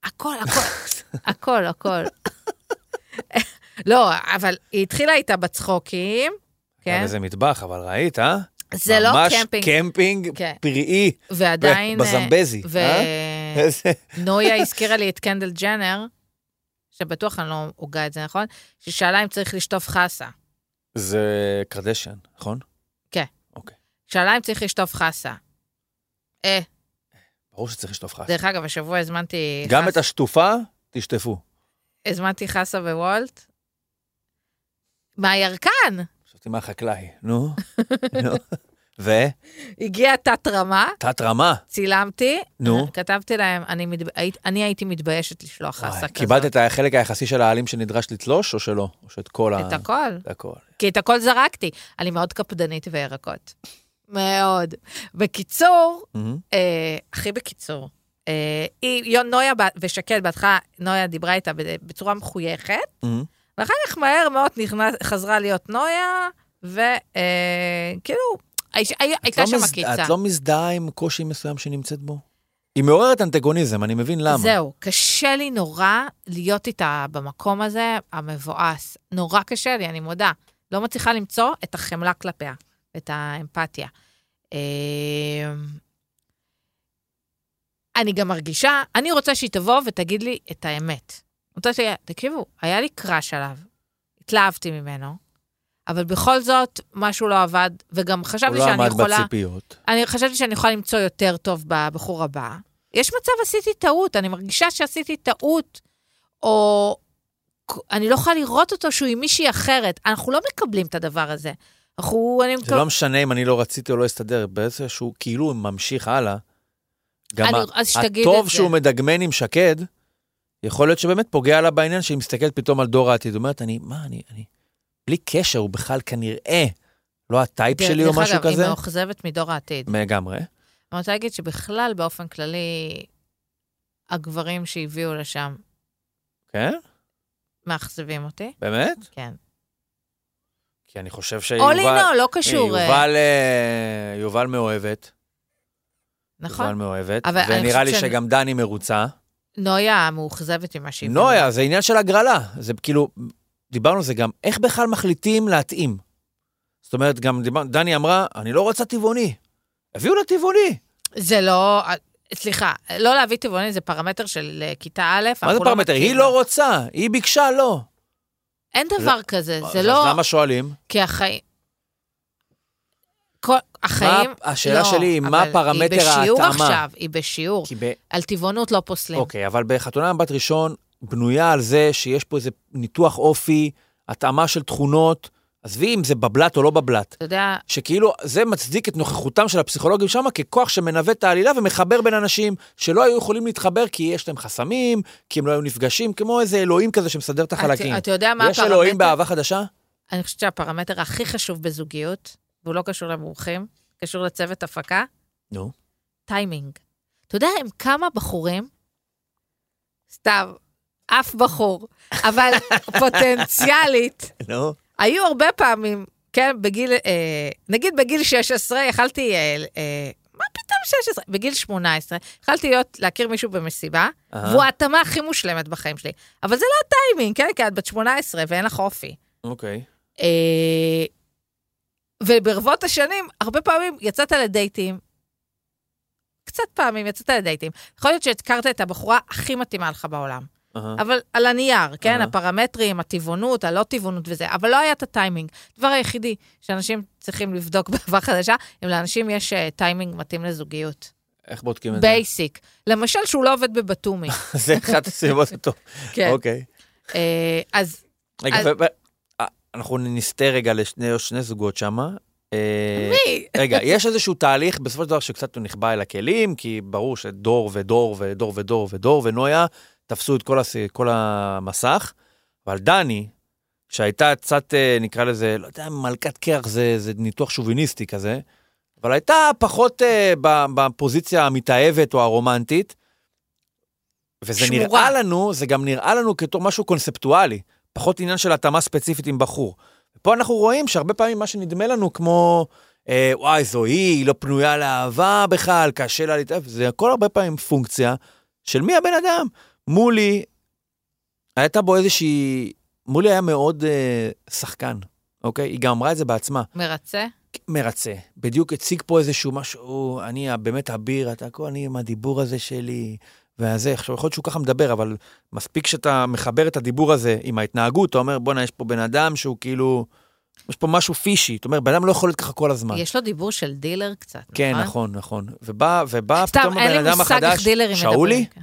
הכל, הכל,
[LAUGHS]
הכל, הכל. [LAUGHS] לא, אבל היא התחילה איתה בצחוקים,
היה
כן?
לזה מטבח, אבל ראית, אה?
זה לא קמפינג.
ממש קמפינג
כן.
פראי
ועדיין... אה,
בזמבזי, אה? איזה-
ונויה הזכירה לי את קנדל ג'נר, שבטוח אני לא הוגה את זה, נכון? ששאלה אם צריך לשטוף חסה.
זה קרדשן, נכון?
שאלה אם צריך לשטוף חסה. אה,
ברור שצריך לשטוף חסה.
דרך אגב, השבוע הזמנתי...
גם
חסה-
את השטופה, תשטפו.
הזמנתי חסה ווולט. מהירקן
חשבתי מה החקלאי,
[LAUGHS]
נו. נו. ו?
הגיעה תת-רמה,
תת רמה.
צילמתי,
נו.
כתבתי להם, אני, מתב... היית- אני הייתי מתביישת לשלוח
וואי,
חסה כזאת.
קיבלת את החלק היחסי של העלים שנדרש לתלוש, או שלא? או שאת כל ה...
את הכל,
הכל.
כי את הכל זרקתי. אני מאוד קפדנית בירקות. מאוד. בקיצור,
מהמם.
אה, הכי בקיצור, אה, היא, יון נויה ב- ושקד, בהתחלה נויה דיברה איתה ב- בצורה מחויכת,
מהמם.
ואחר כך מהר מאוד נכנס, חזרה להיות נויה, וכאילו,
את לא
הייתה שם
מזד-
עקיצה.
את לא מזדהה עם קושי מסוים שנמצאת בו? היא מעוררת אנטגוניזם, אני מבין למה.
זהו, קשה לי נורא להיות איתה במקום הזה, המבואס. נורא קשה לי, אני מודה. לא מצליחה למצוא את החמלה כלפיה, את האמפתיה. אמ, אני גם מרגישה, אני רוצה שהיא תבוא ותגיד לי את האמת. אני רוצה ש... תקשיבו, היה לי קראש עליו, התלהבתי ממנו, אבל בכל זאת, משהו לא עבד, וגם
הוא
חשבתי
לא
שאני
עמד
יכולה...
בציפיות.
אני חשבתי שאני יכולה למצוא יותר טוב בבחור הבא. יש מצב עשיתי טעות, אני מרגישה שעשיתי טעות, או אני לא יכולה לראות אותו שהוא עם מישהי אחרת. אנחנו לא מקבלים את הדבר הזה. אנחנו, אני
זה לא משנה אם אני לא רציתי או לא הסתדר, בעצם שהוא כאילו ממשיך הלאה. גם
אני-
ה-
אז שתגיד את
הטוב
זה.
שהוא מדגמן עם שקד, יכול להיות שבאמת פוגע לה בעניין שהיא מסתכלת פתאום על דור העתיד. אומרת, אני, מה, אני, אני, בלי קשר, הוא בכלל כנראה לא הטייפ שלי או
דרך
משהו
אגב,
כזה.
היא מאוכזבת מדור העתיד.
לגמרי.
אני רוצה להגיד שבכלל, באופן כללי, הגברים שהביאו לשם
כן?
מאכזבים אותי.
באמת?
כן.
כי אני חושב שיובל...
אולי לא, לא
אה,
קשור. אה,
יובל, אה, יובל מאוהבת. יובל
נכון.
מאוהבת.
אבל אני
ונראה לי
חושבת שאני-
שגם דני מרוצה.
נויה מאוכזבת ממה שהביאו.
נויה, זה עניין של הגרלה. זה כאילו, דיברנו על זה גם, איך בכלל מחליטים להתאים? זאת אומרת, גם דיבר, דני אמרה, אני לא רוצה טבעוני. הביאו לה טבעוני.
זה לא... סליחה, לא להביא טבעוני זה פרמטר של אה, כיתה א',
מה זה
אנחנו לא
פרמטר? היא
מכירים.
לא רוצה, היא ביקשה לא.
אין דבר כזה, זה
אז
לא...
למה שואלים?
כי החיים... כל החיים...
מה- השאלה
לא,
שלי היא, מה
אבל
פרמטר
היא בשיעור
ההתאמה?
עכשיו, היא בשיעור.
כי ב...
על טבעונות לא פוסלים.
אוקיי, אבל בחתונה עם בת ראשון בנויה על זה שיש פה איזה ניתוח אופי, התאמה של תכונות, עזבי אם זה בבלת או לא בבלת.
אתה יודע,
שכאילו זה מצדיק את נוכחותם של הפסיכולוגים שם ככוח שמנווט את העלילה ומחבר בין אנשים שלא היו יכולים להתחבר כי יש להם חסמים, כי הם לא היו נפגשים, כמו איזה אלוהים כזה שמסדר את החלקים.
אתה- אתה יודע מה
יש אלוהים
הפרמטר?
באהבה חדשה?
אני חושבת שהפרמטר הכי חשוב בזוגיות, והוא לא קשור למומחים, קשור לצוות הפקה,
נו.
טיימינג. אתה יודע עם כמה בחורים? סתם, אף בחור, אבל פוטנציאלית,
נו.
היו הרבה פעמים, כן, בגיל, אה, נגיד בגיל 16, יכלתי, אה, אה, מה פתאום 16? בגיל 18, יכלתי להיות, להכיר מישהו במסיבה,
אהה,
והוא ההתאמה הכי מושלמת בחיים שלי. אבל זה לא הטיימינג, כן, כי את בת 18 ואין לך אופי.
אוקיי.
אה, וברבות השנים, הרבה פעמים יצאת לדייטים, קצת פעמים יצאת לדייטים. יכול להיות שהכרת את הבחורה הכי מתאימה לך בעולם.
אהה.
אבל על הנייר, כן?
אהה.
הפרמטרים, הטבעונות, הלא טבעונות וזה, אבל לא היה את הטיימינג. הדבר היחידי שאנשים צריכים לבדוק [LAUGHS] באהבה חדשה, אם לאנשים יש אה, טיימינג מתאים לזוגיות.
איך בודקים את כן, זה?
בייסיק. למשל, שהוא לא עובד בבתומי.
[LAUGHS] זה אחת הסיבות הטוב.
כן.
אוקיי.
אה, אז
רגע,
אז-
ו- ו- אה, אנחנו נסטה רגע לשני שני זוגות שמה. אה,
מי?
רגע, [LAUGHS] יש איזשהו תהליך בסופו של דבר שקצת הוא נחבא אל הכלים, כי ברור שדור ודור ודור ודור ודור ונויה תפסו את כל, הס... כל המסך, אבל דני, שהייתה קצת, אה, נקרא לזה, לא יודע, מלכת קרח זה, זה ניתוח שוביניסטי כזה, אבל הייתה פחות אה, ב- בפוזיציה המתאהבת או הרומנטית, וזה
שמורה.
נראה לנו, זה גם נראה לנו כתור משהו קונספטואלי, פחות עניין של התאמה ספציפית עם בחור. פה אנחנו רואים שהרבה פעמים מה שנדמה לנו כמו, אה, וואי, זו היא, היא לא פנויה לאהבה בכלל, קשה לה להתאהב, זה הכל הרבה פעמים פונקציה של מי הבן אדם. מולי, הייתה בו איזושהי... מולי היה מאוד אה, שחקן, אוקיי? היא גם אמרה את זה בעצמה.
מרצה?
מרצה. בדיוק הציג פה איזשהו משהו, אני ה- באמת אביר, אתה הכל, אני עם הדיבור הזה שלי, והזה. עכשיו, יכול להיות שהוא ככה מדבר, אבל מספיק שאתה מחבר את הדיבור הזה עם ההתנהגות, אתה אומר, בואנה, יש פה בן אדם שהוא כאילו, יש פה משהו פישי. אתה אומר, בן אדם לא יכול להיות ככה כל הזמן.
יש לו דיבור של דילר קצת, נכון?
כן, נכון, נכון. ובא, ובא
סתם,
פתאום
אין
הבן
לי
אדם
מושג איך
החדש,
דילרים מדברים.
שאולי?
כן.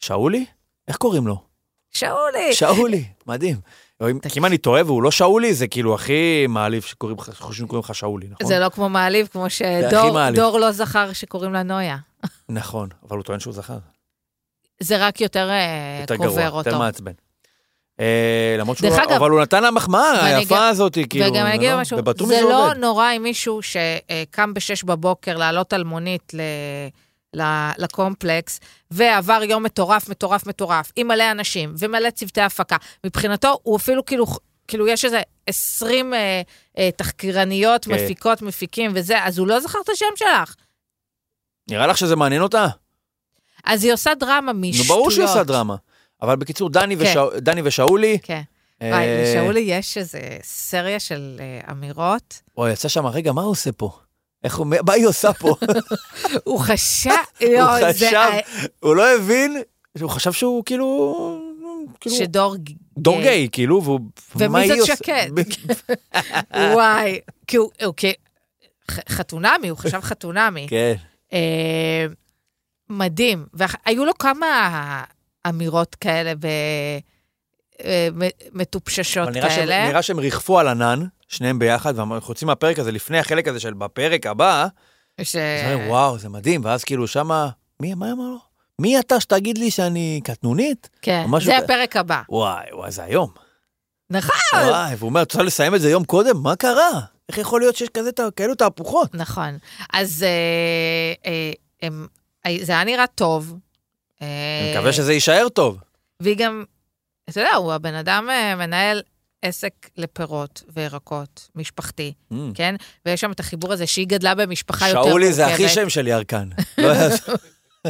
שאולי? איך קוראים לו?
שאולי.
שאולי, מדהים. או אם- כי אם אני טועה והוא לא שאולי, זה כאילו הכי מעליב שקוראים לך, חושבים שקוראים לך שאולי, נכון?
זה לא כמו מעליב, כמו
הכי
שדור
מעליב.
דור לא זכר שקוראים לה נויה.
נכון, אבל הוא טוען שהוא זכר.
זה רק יותר אה,
יותר גרוע,
קובר אותו.
יותר מעצבן. אה, למרות שהוא,
דרך
לא-
אגב-
אבל הוא נתן לה מחמאה
ואני גם-
היפה הזאת, כאילו,
וגם אני אגיד
לא?
משהו,
בבתומי
זה לא
עובד.
נורא אם מישהו שקם ב-6 בבוקר לעלות על מונית ל... ל- לקומפלקס, ועבר יום מטורף, מטורף, מטורף, עם מלא אנשים ומלא צוותי הפקה. מבחינתו, הוא אפילו כאילו, כאילו יש איזה 20 אה, אה, תחקירניות,
כן.
מפיקות, מפיקים וזה, אז הוא לא זכר את השם שלך.
נראה לך שזה מעניין אותה?
אז היא עושה דרמה משטויות.
נו, ברור שהיא עושה דרמה. אבל בקיצור, דני
כן.
ושא- דני ושאולי,
כן. וואי,
אה,
לשאולי יש איזה סריה של אה, אמירות.
[LAUGHS] אוי, יצא שם, רגע, מה הוא עושה פה? איך הוא, מה היא עושה פה? [LAUGHS]
הוא חשב,
הוא
לא, זה...
חשב, הוא לא הבין, הוא חשב שהוא כאילו, כאילו,
שדור
דור גיי, כאילו, והוא,
כן. ומי
מה
זאת
היא עושה-
שקד? כן.
ב-
וואי, כי הוא, הוא כ... ח- חתונמי, הוא חשב חתונמי.
[LAUGHS] כן,
אה, מדהים. והיו לו כמה אמירות כאלה ב... אה, מ- מטופששות
אבל נראה שהם-
כאלה.
נראה שהם ריחפו על ענן, שניהם ביחד, וחוצים מהפרק הזה, לפני החלק הזה של בפרק הבא,
ש...
אז אני אומר, וואו, זה מדהים, ואז כאילו שמה, מי, מה אמר לו? מי אתה שתגיד לי שאני קטנונית?
כן,
משהו
זה
כ-
הפרק הבא.
וואי, וואי, זה היום.
נכון.
וואי, והוא אומר, את רוצה לסיים את זה יום קודם? מה קרה? איך יכול להיות שיש כזה, ת- כאלו תהפוכות?
נכון. אז אה, אה, הם- אה, זה היה נראה טוב. אה,
אני מקווה שזה יישאר טוב.
והיא גם, אתה יודע, הוא הבן אדם אה, מנהל עסק לפירות וירקות, משפחתי,
Mm.
כן? ויש שם את החיבור הזה שהיא גדלה במשפחה יותר מורכבת.
שאולי זה הכי שם של ירקן. [LAUGHS] לא יעזור.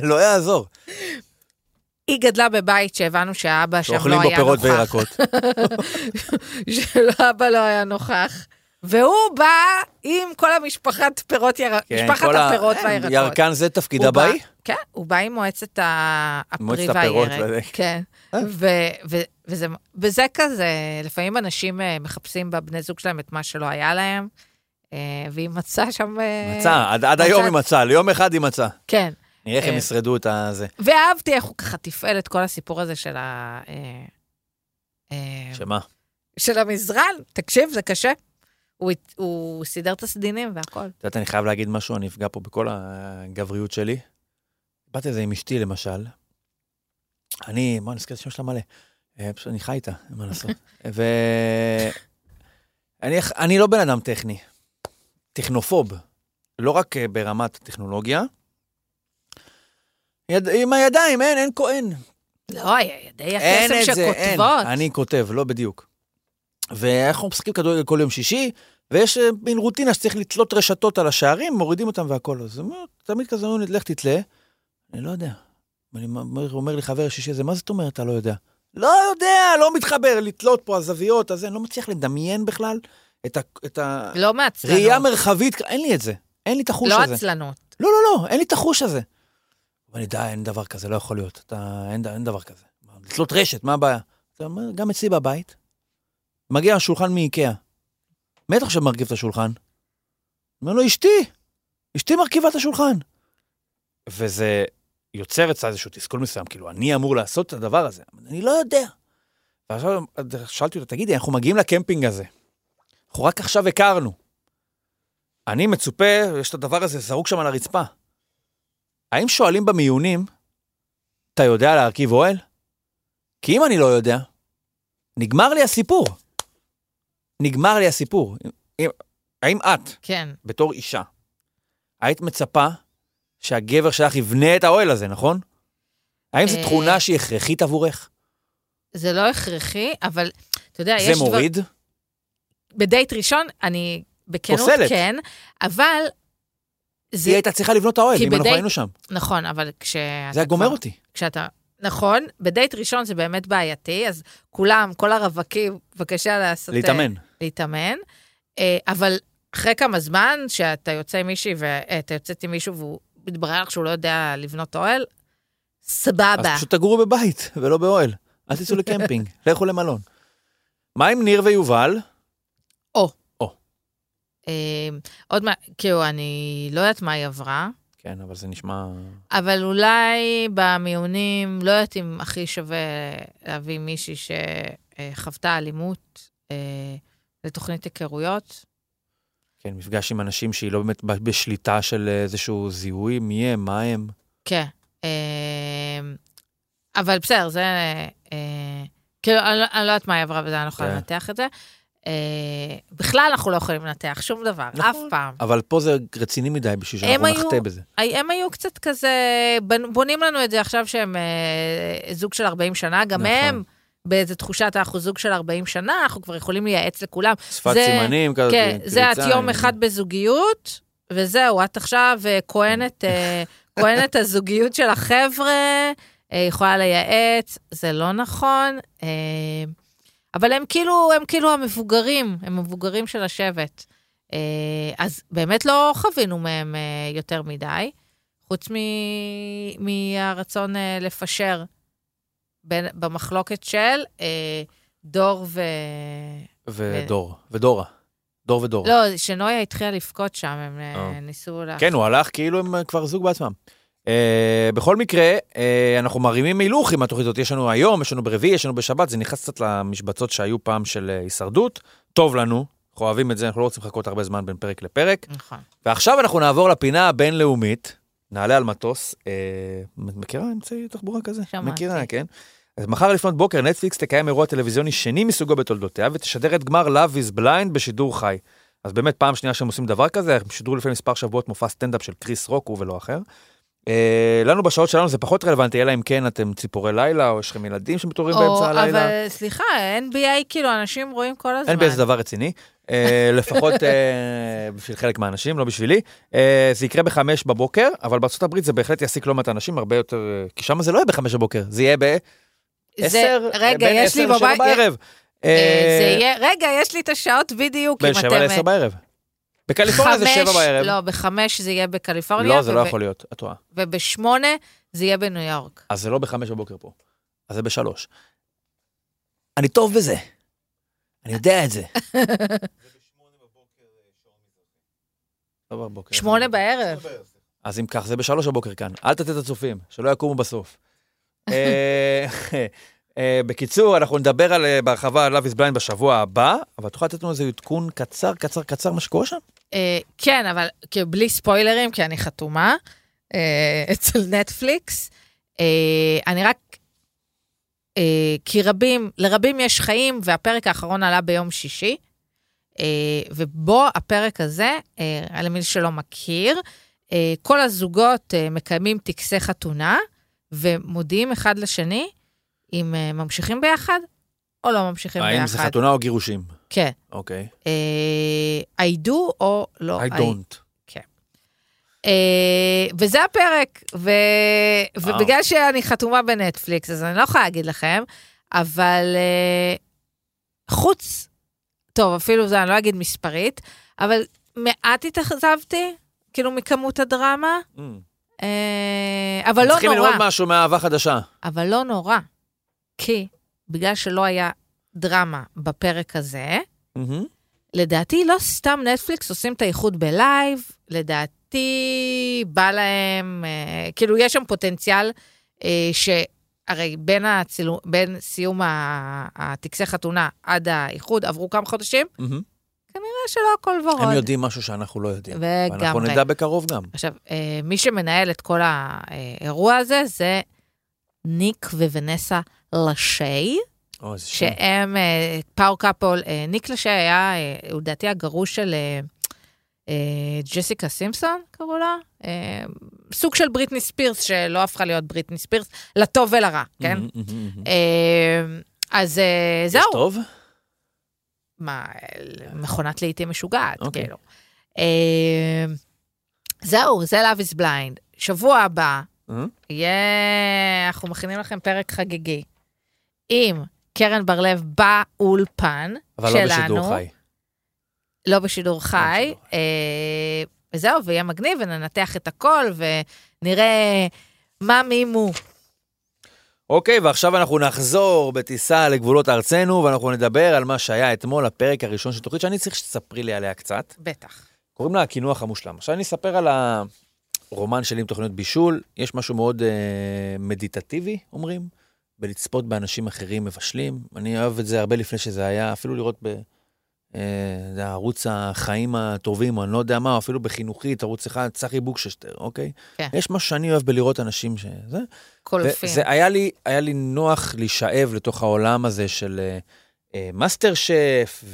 לא יעזור.
היא גדלה בבית שהבנו שהאבא שם
שאוכלים
לא
בו
היה
פירות
נוכח. [LAUGHS]
וירקות.
שהאבא לא היה נוכח. והוא בא עם כל המשפחת פירות ירקות,
כן,
משפחת
כל ה-
הפירות
כן,
והירקות.
ירקן זה תפקיד
הוא בא-
הבאי?
כן, הוא בא עם מועצת ה- הפרי
מועצת הפירות
והירק.
והירק.
כן.
אה.
ו- ו- וזה- וזה כזה, לפעמים אנשים אה, מחפשים בבני זוג שלהם את מה שלא היה להם, אה, והיא מצאה שם... אה,
מצא, עד- עד היום היא מצאה, ליום אחד היא מצאה.
כן.
נראה איך הם
אה.
ישרדו את הזה.
ואהבתי איך הוא ככה תפעל את כל הסיפור הזה של ה... אה, אה,
שמה?
של המזרן. תקשיב, זה קשה. הוא הת- הוא סידר את הסדינים והכל.
את יודעת, אני חייב להגיד משהו, אני אפגע פה בכל הגבריות שלי. באתי לזה עם אשתי, למשל. אני, בוא, אני אזכיר את השם שלה מלא. אה, פשוט אני חי איתה, אין מה
[LAUGHS]
לעשות. ו... אני, אני לא בן אדם טכני, טכנופוב, לא רק אה, ברמת הטכנולוגיה. יד, עם הידיים, אין, אין כהן.
לא, ידי
אין
הקסם
את זה, אין.
שכותבות.
אני כותב, לא בדיוק. ואנחנו משחקים כדורגל כל יום שישי, ויש אה, מין רוטינה שצריך לתלות רשתות על השערים, מורידים אותם והכול. אז אומר, תמיד כזה אומרים לי, לך תתלה. אני לא יודע. אני אומר, אומר לי חבר שישי הזה, מה זאת אומרת, אתה לא יודע? לא יודע, לא מתחבר, לתלות פה הזוויות, הזה, אני לא מצליח לדמיין בכלל את, ה, את
לא
הראייה
מעצלנות.
מרחבית, אין לי את זה. אין לי את החוש
לא
הזה.
עצלנות.
לא, לא, לא, אין לי את החוש הזה. ואני, די, אין דבר כזה, לא יכול להיות. אתה, אין, אין דבר כזה. אמרנו, לתלות רשת, מה הבעיה? אתה אומר, גם אצלי בבית. מגיע השולחן מאיקאה. בטח שמרכיב את השולחן. אומר לו, אשתי, אשתי מרכיבה את השולחן. וזה יוצר אצלה איזשהו תסכול מסוים, כאילו, אני אמור לעשות את הדבר הזה. אני לא יודע. ועכשיו שאלתי אותה, תגידי, אנחנו מגיעים לקמפינג הזה. אנחנו רק עכשיו הכרנו. אני מצופה, יש את הדבר הזה זרוק שם על הרצפה. האם שואלים במיונים, אתה יודע להרכיב אוהל? כי אם אני לא יודע, נגמר לי הסיפור. נגמר לי הסיפור. אם- האם את,
כן.
בתור אישה, היית מצפה שהגבר שלך יבנה את האוהל הזה, נכון? האם זו
אה,
תכונה שהיא הכרחית עבורך?
זה לא הכרחי, אבל אתה יודע,
זה
אה, יש דבר...
מוריד?
בדייט ראשון, אני בכנות
פוסלת.
כן, אבל... זה...
היא הייתה צריכה לבנות את האוהל,
כי
אם אנחנו
בדייט-
היינו שם.
נכון, אבל כשאתה...
זה היה גומר
כבר-
אותי.
כשאתה... נכון, בדייט ראשון זה באמת בעייתי, אז כולם, כל הרווקים, בבקשה לעשות... אה,
להתאמן.
להתאמן. אה, אבל אחרי כמה זמן שאתה יוצא עם מישהי ואתה יוצאת עם מישהו והוא מתברר לך שהוא לא יודע לבנות אוהל,
אז
סבבה.
פשוט תגורו בבית ולא באוהל. אל תצאו
[LAUGHS]
לקמפינג, לכו למלון. מה עם ניר ויובל?
אה, עוד מה, כאילו, אני לא יודעת מה היא עברה,
כן, אבל זה נשמע...
אבל אולי במיונים, לא יודעת אם הכי שווה להביא מישהי שחוותה אלימות אה, לתוכנית היכרויות.
כן, מפגש עם אנשים שהיא לא באמת ב- בשליטה של איזשהו זיהוי, מי הם, מה הם.
כן. אה, אבל בסדר, זה... אה, כאילו, אני לא- אני לא יודעת מה היא עברה וזה, אני לא יכולה
כן.
לנתח את זה. אה, בכלל אנחנו לא יכולים לנתח שום דבר,
נכון.
אף פעם.
אבל פה זה רציני מדי בשביל
הם
שאנחנו
היו-
נחטא בזה.
היי, הם היו קצת כזה, בנ- בונים לנו את זה עכשיו שהם אה, זוג של 40 שנה, גם
נכון.
הם באיזה תחושת אנחנו זוג של 40 שנה, אנחנו כבר יכולים לייעץ לכולם.
שפת
זה-
סימנים כזאת.
כן,
עם
זה את
קריצה,
יום
עם-
אחד בזוגיות, וזהו, את עכשיו אה, כהנת, אה, כהנת הזוגיות של החבר'ה, אה, יכולה לייעץ, זה לא נכון. אה, אבל הם כאילו, הם כאילו המבוגרים, הם המבוגרים של השבט. אה, אז באמת לא חווינו מהם אה, יותר מדי, חוץ מ- מהרצון אה, לפשר בין, במחלוקת של אה, דור ו...
ודור,
כן.
ודורה. דור ודורה.
לא, שנויה התחילה לבכות שם, הם אה,
אה.
ניסו לה...
כן, הוא הלך כאילו הם אה, כבר זוג בעצמם. אה, בכל מקרה, אה, אנחנו מרימים הילוך עם התוכנית הזאת. יש לנו היום, יש לנו ברביעי, יש לנו בשבת, זה נכנס קצת למשבצות שהיו פעם של אה, הישרדות. טוב לנו, אנחנו אוהבים את זה, אנחנו לא רוצים לחכות הרבה זמן בין פרק לפרק.
נכון.
ועכשיו אנחנו נעבור לפינה הבינלאומית, נעלה על מטוס. אה, מ- מכירה אמצעי תחבורה כזה?
שמעתי.
מכירה, כן. אז מחר לפנות בוקר נטפליקס תקיים אירוע טלוויזיוני שני מסוגו בתולדותיה ותשדר את גמר Love is Blind בשידור חי. אז באמת פעם שנייה שהם עושים דבר כזה, הם שידרו לפני מספר שבועות מופע סטנדאפ של קריס רוק, הוא ולא אחר. אה, לנו בשעות שלנו זה פחות רלוונטי, אלא אם כן אתם ציפורי לילה או יש לכם ילדים שמתעוררים באמצע הלילה.
אבל סליחה, NBA, כאילו, אנשים רואים כל הזמן.
אין באיזה דבר רציני, אה, לפחות אה, בשביל חלק מהאנשים, לא בשבילי. אה, זה יקרה בחמש בבוקר, אבל בארצות הברית זה בהחלט יעסיק לא מעט אנשים, הרבה יותר, אה, כי שם זה לא יהיה בחמש בבוקר, זה יהיה בעשר,
זה- רגע,
בין
יש לי
עשר לשבע
בבית...
בערב.
אה, זה
אה,
יהיה... רגע, יש לי את השעות בדיוק, אם
בין
אתם...
שבע לעשר בערב. בקליפורניה זה
חמש-
שבע בערב.
לא, בחמש זה יהיה בקליפורניה.
לא, זה לא
וב-
יכול להיות, את טועה.
ובשמונה זה יהיה בניו יורק.
אז זה לא בחמש בבוקר פה, אז זה בשלוש. אני טוב בזה, אני יודע את
[LAUGHS]
זה. אה, לא בבוקר.
שמונה בערב.
אז אם כך, זה בשלוש הבוקר כאן. אל תטה את הצופים, שלא יקומו בסוף. אה, אה, בקיצור, אנחנו נדבר על, אה, בהרחבה על Love is Blind בשבוע הבא, אבל תוכל לתת לנו איזה עדכון קצר, קצר, קצר, מה שקורה שם?
אה, כן, אבל כאילו, בלי ספוילרים, כי אני חתומה אה, אצל נטפליקס. אה, אני רק... אה, כי רבים, לרבים יש חיים, והפרק האחרון עלה ביום שישי, אה, ובו הפרק הזה, אה, למי שלא מכיר, אה, כל הזוגות אה, מקיימים טקסי חתונה, ומודיעים אחד לשני אם אה, ממשיכים ביחד או לא ממשיכים ביחד.
האם זה חתונה או גירושים?
כן.
אוקיי.
אה, I do או לא
I
I
don't.
אה, וזה הפרק, ו... ובגלל שאני חתומה בנטפליקס, אז אני לא יכולה להגיד לכם, אבל אה, חוץ, טוב, אפילו זה, אני לא אגיד מספרית, אבל מעט התאכזבתי, כאילו מכמות הדרמה,
Mm.
אה, אבל לא
צריכים
נורא,
ללמוד משהו מאהבה חדשה.
אבל לא נורא. כי בגלל שלא היה דרמה בפרק הזה,
מהמם.
לדעתי לא סתם נטפליקס עושים את האיחוד בלייב, לדעתי בא להם, אה, כאילו יש שם פוטנציאל אה, שהרי בין, הצילו, בין סיום ה- הטקסי חתונה עד האיחוד עברו כמה חודשים,
מהמם.
נראה שלא הכל ורוד.
הם יודעים משהו שאנחנו לא יודעים. ואנחנו
לגמרי.
נדע בקרוב גם.
עכשיו, אה, מי שמנהל את כל האירוע הזה זה ניק וונסה לשי.
או, איזה שם.
שהם פאור קאפול, אה, ניק לשי היה, אה, הוא לדעתי הגרוש של אה, אה, ג'סיקה סימפסון, קראו לה, אה, סוג של בריטני ספירס, שלא הפכה להיות בריטני ספירס, לטוב ולרע, כן?
מהמם, מהמם, מהמם.
אה, אז אה,
Mm-hmm. יש
זהו,
טוב?
מה, מכונת לעיתים משוגעת,
אוקיי.
כאילו. אה, זהו, זה Love is Blind. שבוע הבא,
אה?
יהיה, אנחנו מכינים לכם פרק חגיגי. עם קרן בר-לב באולפן
אבל
שלנו.
לא בשידור חי.
לא בשידור חי.
בשידור
אה, וזהו, ויהיה מגניב, וננתח את הכל, ונראה מה מי מו.
אוקיי, ועכשיו אנחנו נחזור בטיסה לגבולות ארצנו, ואנחנו נדבר על מה שהיה אתמול, הפרק הראשון של תוכנית, שאני צריך שתספרי לי עליה קצת.
בטח.
קוראים לה הקינוח המושלם. עכשיו אני אספר על הרומן שלי עם תוכניות בישול. יש משהו מאוד אה, מדיטטיבי, אומרים, בלצפות באנשים אחרים מבשלים. אני אוהב את זה הרבה לפני שזה היה, אפילו לראות ב... אה, זה הערוץ החיים הטובים, או אני לא יודע מה, או אפילו בחינוכית, ערוץ אחד, צחי בוקששטר, אוקיי?
כן.
יש משהו שאני אוהב בלראות אנשים שזה.
קולפים.
זה היה לי, היה לי נוח להישאב לתוך העולם הזה של אה, אה, מאסטר שף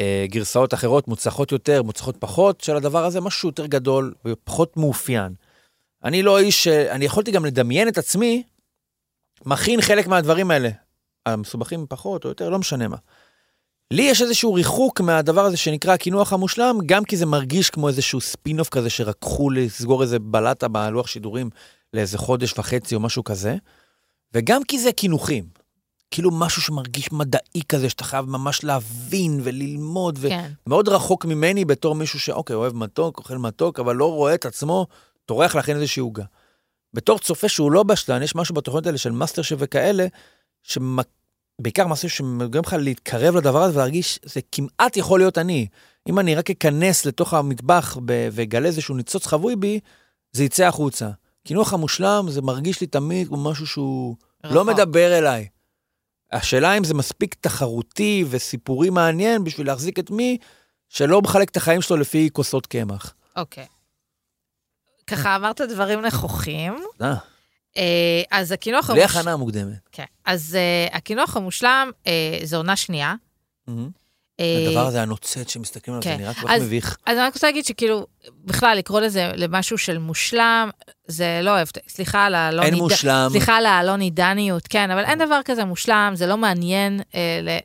וגרסאות אחרות, מוצלחות יותר, מוצלחות פחות, של הדבר הזה, משהו יותר גדול ופחות מאופיין. אני לא איש, ש- אני יכולתי גם לדמיין את עצמי מכין חלק מהדברים האלה. המסובכים פחות או יותר, לא משנה מה. לי יש איזשהו ריחוק מהדבר הזה שנקרא הקינוח המושלם, גם כי זה מרגיש כמו איזשהו ספינוף כזה שרקחו לסגור איזה בלטה בלוח שידורים לאיזה חודש וחצי או משהו כזה, וגם כי זה קינוחים. כאילו משהו שמרגיש מדעי כזה, שאתה חייב ממש להבין וללמוד, ו...
כן.
מאוד רחוק ממני בתור מישהו שאוקיי, אוהב מתוק, אוכל מתוק, אבל לא רואה את עצמו טורח להכין איזושהי עוגה. בתור צופה שהוא לא בשלן, יש משהו בתוכניות האלה של מאסטר שף וכאלה, שבעיקר משהו שגורם לך להתקרב לדבר הזה ולהרגיש, זה כמעט יכול להיות אני. אם אני רק אכנס לתוך המטבח ב- ואגלה איזשהו ניצוץ חבוי בי, זה יצא החוצה. קינוח המושלם, זה מרגיש לי תמיד כמו משהו שהוא... לא
רחוק.
מדבר אליי. השאלה אם זה מספיק תחרותי וסיפורי מעניין בשביל להחזיק את מי שלא מחלק את החיים שלו לפי כוסות קמח.
אוקיי. ככה אמרת דברים נכוחים.
אה,
אה, אז הקינוח
בלי
המוש-
הכנה מוקדמת.
כן. אז אה, הקינוח המושלם אה, זה עונה שנייה. אה,
הדבר הזה הנוצץ שמסתכלים עליו, זה
כן.
נראה כל כך
אז-
מביך.
אז אני רק רוצה להגיד שכאילו, בכלל, לקרוא לזה למשהו של מושלם, זה לא אוהבת, סליחה על הלא
אין
ניד-
מושלם.
סליחה על הלא נידניות, כן, אבל אין דבר כזה מושלם, זה לא מעניין אה, ל, אה,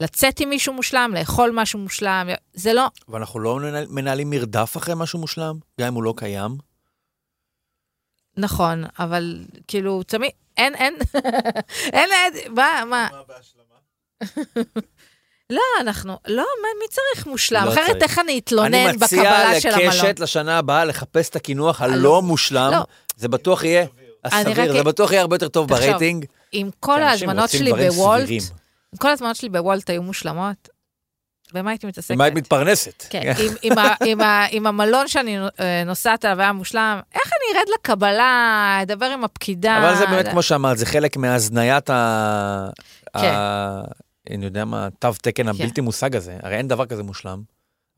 לצאת עם מישהו מושלם, לאכול משהו מושלם, זה לא,
ואנחנו לא מנהל- מנהלים מרדף אחרי משהו מושלם, גם אם הוא לא קיים.
נכון, אבל כאילו, תמיד, אין, אין, [LAUGHS] אין, אין, מה, מה,
מה בהשלמה?
לא, אנחנו, לא, מה, מי צריך מושלם?
לא
אחרת
צריך.
איך אני
אני
אתלונן בקבלה של
מציע
המלון?
לקשת לשנה הבאה לחפש את הקינוח
הלא-
הלא מושלם.
לא.
זה בטוח יהיה,
סביר.
אני
הסביר,
רק-
זה בטוח יהיה הרבה יותר טוב
תחשוב,
ברייטינג.
עם כל
כי אנשים
ההזמנות
רוצים
שלי
דברים
בוולט,
סבירים.
אם כל הזמנות שלי בוולט היו מושלמות, במה הייתי מתעסקת?
ממה היית מתפרנסת?
כן, עם, עם, ה- עם, ה- עם המלון שאני אה, נוסעת עליו היה מושלם, איך אני ארד לקבלה, אדבר עם הפקידה?
אבל זה באמת,
לא-
כמו שאמרת, זה חלק מהזניית ה...
כן.
ה- אני יודע מה, תו תקן הבלתי מושג הזה. הרי אין דבר כזה מושלם,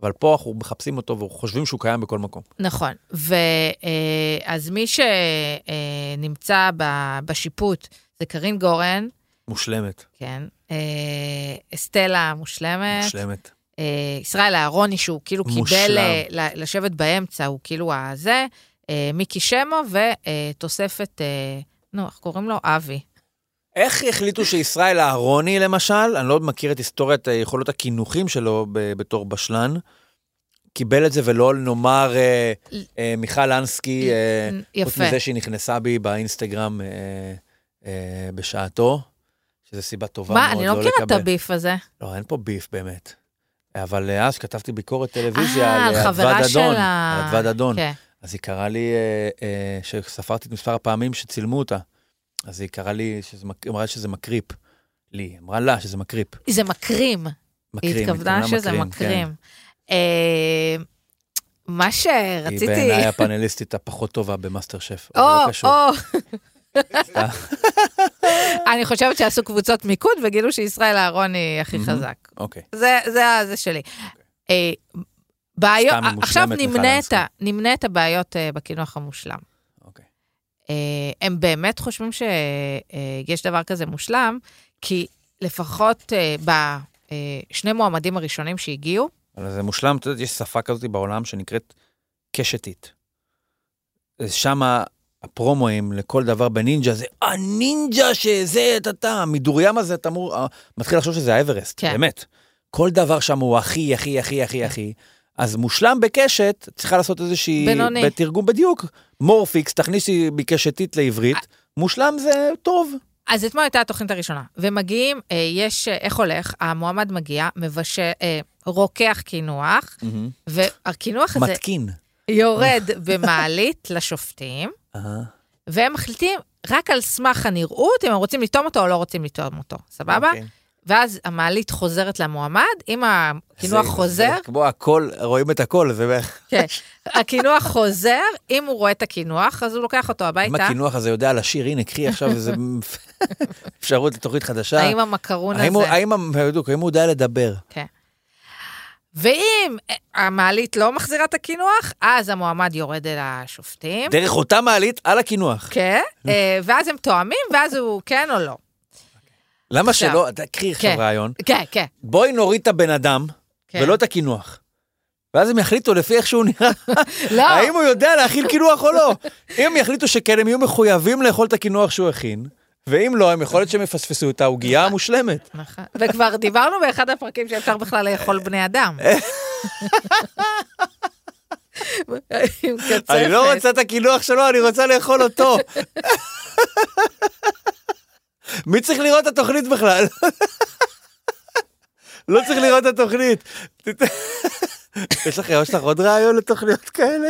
אבל פה אנחנו מחפשים אותו וחושבים שהוא קיים בכל מקום.
נכון. ואז מי שנמצא בשיפוט זה קרין גורן,
מושלמת,
כן, אה, אסטלה המושלמת,
מושלמת.
אה, ישראל אהרוני, שהוא כאילו
מושלם.
קיבל אה, ל- לשבת באמצע, הוא כאילו הזה, אה, מיקי שמו ותוספת, אה, נו, איך קוראים לו? אבי.
איך החליטו שישראל אהרוני, למשל, אני לא מכיר את היסטוריית אה, יכולות הקינוחים שלו ב- בתור בשלן, קיבל את זה ולא נאמר אה, אה, מיכל אנסקי, אה, חוץ
יפה.
מזה שהיא נכנסה בי באינסטגרם אה, אה, בשעתו, שזו סיבה טובה מאוד
מה,
לא
אני
לקבל.
לא מכירה את הביף הזה.
לא, אין פה ביף באמת. אבל אה, אז כתבתי ביקורת טלוויזיה
אה,
על
על
אה,
חברה
אדווד
של
אדון.
ה-
על אדווד אדון.
כן.
אז היא קראה לי, אה, אה, שספרתי את מספר הפעמים שצילמו אותה. אז היא קראה לי, שזה מק- אמרה שזה מקריפ. לי, אמרה לה שזה מקריפ.
זה מקרים.
מקרים,
היא התכוונה
התכוונה
שזה
כן.
מקרים. אה, מה
כן. היא
שרציתי... [LAUGHS]
בעיניי הפאנליסטית הפחות טובה במאסטר שף.
או,
אבל לא קשור.
או. [LAUGHS] אני חושבת שעשו קבוצות מיקוד וגילו שישראל אהרון היא הכי
Mhm.
חזק.
אוקיי.
זה, זה, ה- זה שלי. אה, בעיות,
סתם היא מושלמת,
עכשיו
מיכל
נמנה את, ה,
אנסקי.
נמנה את הבעיות אה, בקינוח המושלם.
אוקיי.
אה, הם באמת חושבים שיש דבר כזה מושלם, כי לפחות אה, בשני מועמדים הראשונים שהגיעו,
אבל זה מושלם, את יודעת, יש שפה כזאת בעולם שנקראת קשתית. שם הפרומואים לכל דבר בנינג'ה זה הנינג'ה שזה, אתה, אתה, המדוריים הזה, אתה אמור, אה, מתחיל לחשוב שזה האברסט,
כן.
באמת. כל דבר שם הוא הכי, הכי, הכי, הכי, הכי. אז מושלם בקשת, צריכה לעשות איזושהי...
בינוני.
בתרגום בדיוק. מורפיקס, תכניסי מקשתית לעברית, מושלם זה טוב.
אז אתמול הייתה התוכנית הראשונה, ומגיעים, אה, יש, אה, איך הולך? המועמד מגיע, מבשל, אה, רוקח קינוח, והקינוח הזה
מתקין.
יורד במעלית לשופטים,
אהה.
והם מחליטים רק על סמך הנראות, אם הם רוצים לטעום אותו או לא רוצים לטעום אותו, סבבה?
אוקיי.
ואז המעלית חוזרת למועמד, אם הקינוח
זה-
חוזר,
זה כמו הכל, רואים את הכל, זה בערך...
כאילו כן, הקינוח חוזר, אם הוא רואה את הקינוח, אז הוא לוקח אותו
אם
הביתה.
הקינוח הזה יודע לשיר, הנה, קחי עכשיו
[LAUGHS]
איזה אפשרות לתוכנית חדשה.
האם המקרון
האם הוא-
הזה...
האם המ- בדיוק, האם הוא יודע לדבר?
ואם אה, המעלית לא מחזירה את הקינוח, אז המועמד יורד אל השופטים.
דרך אותה מעלית על הקינוח.
כן, אה, ואז הם תואמים, ואז הוא כן או לא.
למה
עכשיו.
שלא, אתה- קחי עכשיו
כן.
רעיון,
כן, כן.
בואי נוריד את הבן אדם
כן.
ולא את הקינוח. ואז הם יחליטו לפי איך שהוא נראה,
לא,
האם הוא יודע להכיל קינוח או לא. אם הם יחליטו שכן, הם יהיו מחויבים לאכול את הקינוח שהוא הכין, ואם לא, הם יכול להיות שהם יפספסו את העוגייה המושלמת.
נכון. וכבר דיברנו באחד הפרקים שאפשר בכלל לאכול בני אדם. עם קצפת.
אני לא רוצה את הקינוח שלו, אני רוצה לאכול אותו. [LAUGHS] מי צריך לראות את התוכנית בכלל? [LAUGHS] לא צריך לראות את התוכנית. [LAUGHS] יש לך, יש לך עוד רעיון לתוכניות כאלה?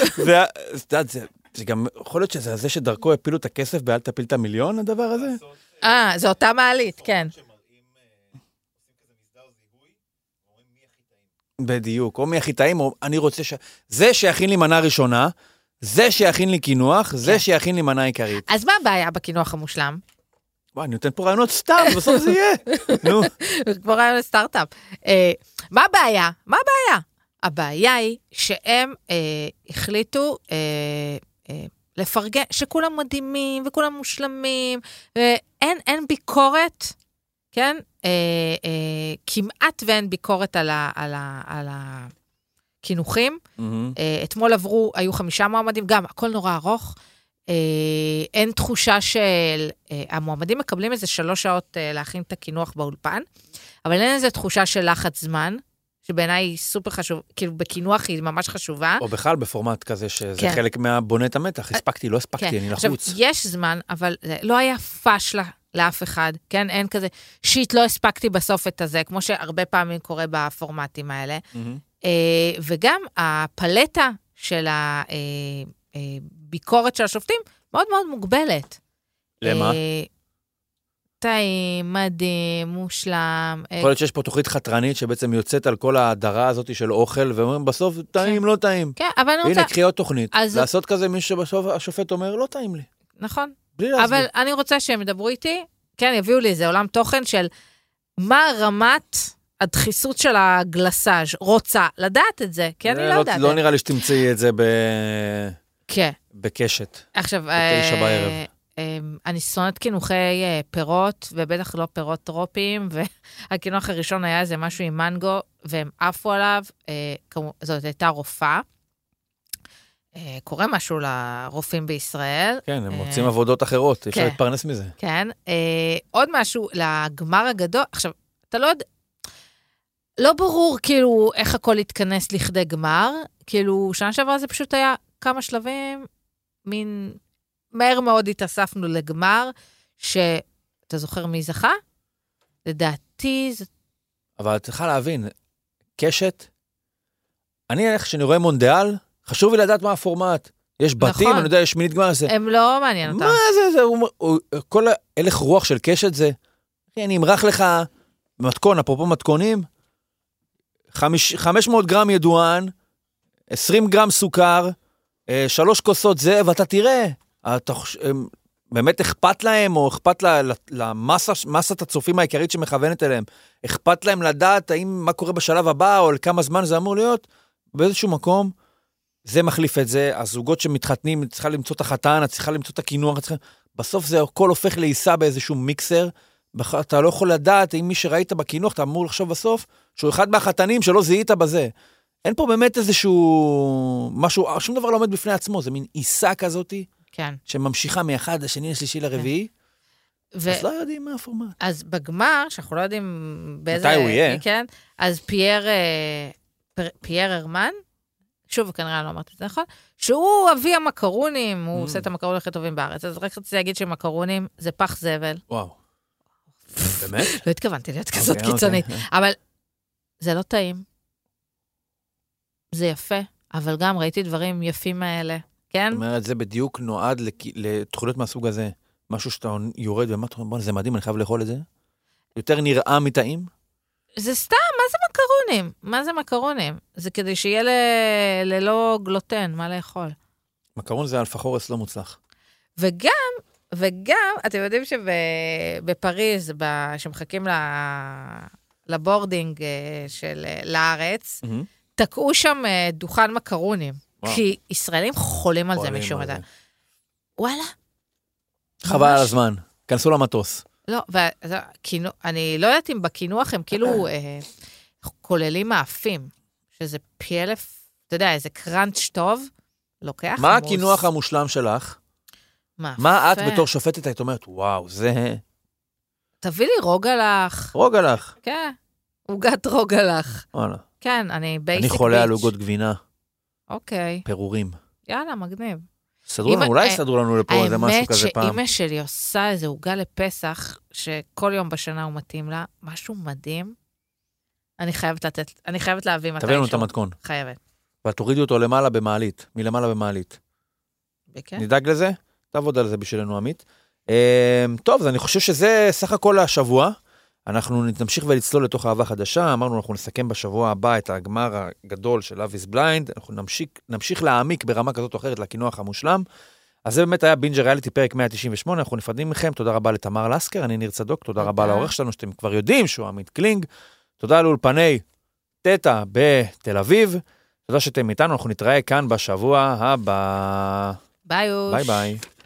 [LAUGHS] זה, ה- את יודעת, זה, זה גם, יכול להיות שזה זה שדרכו הפילו את הכסף באל תפיל את המיליון, הדבר הזה?
אה, זו אותה מעלית, כן.
שמראים, אה, עושים כזה מסדר זיהוי, ואומרים מי הכי טעים.
בדיוק, או מהחיטאים, או אני רוצה ש... זה שיכין לי מנה ראשונה, זה שיכין לי קינוח, זה שיכין לי מנה עיקרית.
אז מה הבעיה בקינוח המושלם?
וואי, אני נותן פה רעיונות סתם, [LAUGHS] בסוף זה יהיה.
[LAUGHS]
נו.
כמו רעיון לסטארט-אפ. אה, מה הבעיה? מה הבעיה? הבעיה היא שהם אה, החליטו אה, אה, לפרגן, שכולם מדהימים וכולם מושלמים, ואין אין ביקורת, כן? אה, אה, כמעט ואין ביקורת על, ה, על, ה, על הקינוחים. אה, אתמול עברו, היו חמישה מועמדים, גם הכל נורא ארוך. אה, אין תחושה של... אה, המועמדים מקבלים איזה שלוש שעות אה, להכין את הקינוח באולפן, אבל אין איזה תחושה של לחץ זמן, שבעיניי היא סופר חשוב, כאילו בקינוח היא ממש חשובה.
או בכלל בפורמט כזה, שזה
כן. אה,
חלק מהבונה את המתח, הספקתי, לא הספקתי, אני
עכשיו,
לחוץ.
יש זמן, אבל זה לא היה פאשלה לאף אחד, כן? אין כזה, שיט, לא הספקתי בסוף את הזה, כמו שהרבה פעמים קורה בפורמטים האלה.
מהמם.
אה, וגם הפלטה של הביקורת של השופטים מאוד מאוד מוגבלת.
למה?
אה, טעים, מדהים, מושלם. אה,
יכול להיות שיש פה תוכנית חתרנית שבעצם יוצאת על כל ההדרה הזאת של אוכל, ואומרים בסוף טעים, לא טעים.
כן, אבל אני רוצה,
הנה, קחי עוד תוכנית.
אז-
לעשות כזה מישהו שבסוף השופט אומר, לא טעים לי.
נכון,
בלי
אבל
להסביר.
אני רוצה שהם ידברו איתי, כן, יביאו לי איזה עולם תוכן של מה רמת הדחיסות של הגלסאז' רוצה לדעת את זה, כי אני
זה
לא יודעת.
לא נראה לי שתמצאי את זה ב...
כן.
בקשת.
עכשיו,
בתשע
אה,
בערב.
אה, אני שונאת קינוחי אה, פירות, ובטח לא פירות טרופיים, [LAUGHS] והקינוח הראשון היה איזה משהו עם מנגו, והם עפו עליו. אה, כמו- זאת הייתה רופאה. אה, קורה משהו לרופאים בישראל,
כן, הם
אה,
מוצאים עבודות אחרות, אי אפשר
כן.
להתפרנס מזה.
כן? אה, עוד משהו לגמר הגדול. עכשיו, אתה לא יודע... לא ברור כאילו איך הכל התכנס לכדי גמר. כאילו, שנה שעברה זה פשוט היה כמה שלבים, מין... מהר מאוד התאספנו לגמר, שאתה זוכר מי זכה? לדעתי, זה...
אבל את צריכה להבין, קשת, אני, איך שאני רואה מונדיאל, חשוב לי לדעת מה הפורמט. יש בתים,
נכון.
אני יודע, יש מינית גמר, זה...
הם לא מעניין אותם.
מה זה, זה, הוא- הוא- כל ההלך רוח של קשת זה, אחי, אני אמרח לך מתכון, אפרופו מתכונים, חמיש- 500 גרם ידוען, 20 גרם סוכר, אה, שלוש כוסות זה, ואתה תראה, אתה חוש- הם- באמת אכפת להם, או אכפת ל- ל- למסה, מסת הצופים העיקרית שמכוונת אליהם, אכפת להם לדעת האם, מה קורה בשלב הבא, או לכמה זמן זה אמור להיות, באיזשהו מקום, זה מחליף את זה, הזוגות שמתחתנים, את צריכה למצוא את החתן, את צריכה למצוא את הקינוח, את צריכה... בסוף זה הכל הופך לעיסה באיזשהו מיקסר. בח- אתה לא יכול לדעת אם מי שראית בקינוח, אתה אמור לחשוב בסוף שהוא אחד מהחתנים שלא זיהית בזה. אין פה באמת איזשהו משהו, שום דבר לא עומד בפני עצמו, זה מין עיסה כזאתי
כן.
שממשיכה מאחד לשני לשלישי לרביעי,
ו-
אז לא יודעים מה הפורמט.
אז בגמר, שאנחנו לא יודעים באיזה...
מתי הוא יהיה.
כן, אז פייר, אה, פר- פייר הרמן, שוב, כנראה לא אמרתי את זה נכון, שהוא אבי המקרונים, הוא
Mm.
עושה את המקרונים הכי טובים בארץ. אז רק רציתי להגיד שמקרונים זה פח זבל. [LAUGHS]
וואו. באמת?
לא התכוונתי להיות כזאת
כן. אוקיי,
קיצונית,
אוקיי.
אבל זה לא טעים. זה יפה, אבל גם ראיתי דברים יפים האלה, כן?
זאת אומרת, זה בדיוק נועד לכ- לתכונות מהסוג הזה. משהו שאתה יורד ומה אתה אומר, בוא'נה, זה מדהים, אני חייב לאכול את זה. יותר נראה מטעים.
זה סתם, מה זה מקרונים? מה זה מקרונים? זה כדי שיהיה ל... ללא גלוטן, מה לאכול.
מקרון זה אלפחורס לא מוצלח.
וגם, וגם, אתם יודעים שבפריז, ב... שמחכים ל... לבורדינג אה, של אה, לארץ, תקעו שם אה, דוכן מקרונים.
וואו.
כי ישראלים חולים על זה משום
עולים
דבר.
על זה.
וואלה,
חבל על
ממש.
הזמן, כנסו למטוס.
לא, והקינו, אני לא יודעת אם בקינוח הם
[CLEARS THROAT]
כאילו אה, כוללים מאפים, שזה פי אלף, אתה יודע, איזה קראנץ' טוב, לוקח.
מה
מוס-
הקינוח המושלם שלך?
מאפה.
מה את בתור שופטת היית אומרת, וואו, זה
תביא לי רוגלח,
רוגע לך.
כן, עוגת רוגלח.
וואלה.
כן, אני בייסיק
אני
ביץ'.
חולה על עוגות גבינה,
אוקיי,
פירורים.
יאללה, מגניב.
סדרו
אמא-
לנו, אולי
אה,
סדרו לנו לפה איזה משהו
האמת אה,
כזה פעם.
שאימא שלי עושה איזה עוגה לפסח, שכל יום בשנה הוא מתאים לה, משהו מדהים. אני חייבת לתת, אני חייבת להביא מתישהו.
תביא לנו את המתכון.
חייבת.
ואת תורידי אותו למעלה במעלית, מלמעלה במעלית.
כן.
נדאג לזה, תעבוד על זה בשבילנו עמית. אה, טוב, אז אני חושב שזה סך הכל השבוע. אנחנו נמשיך ולצלול לתוך אהבה חדשה, אמרנו אנחנו נסכם בשבוע הבא את הגמר הגדול של Love is Blind, אנחנו נמשיך, נמשיך להעמיק ברמה כזאת או אחרת לקינוח המושלם. אז זה באמת היה בינג'ר ריאליטי פרק 198, אנחנו נפרדים מכם, תודה רבה לתמר לסקר, אני ניר צדוק, תודה רבה
תודה.
לעורך שלנו שאתם כבר יודעים שהוא עמית קלינג, תודה לאולפני תטא בתל אביב, תודה שאתם איתנו, אנחנו נתראה כאן בשבוע הבא,
ביי, אוש.
ביי ביי.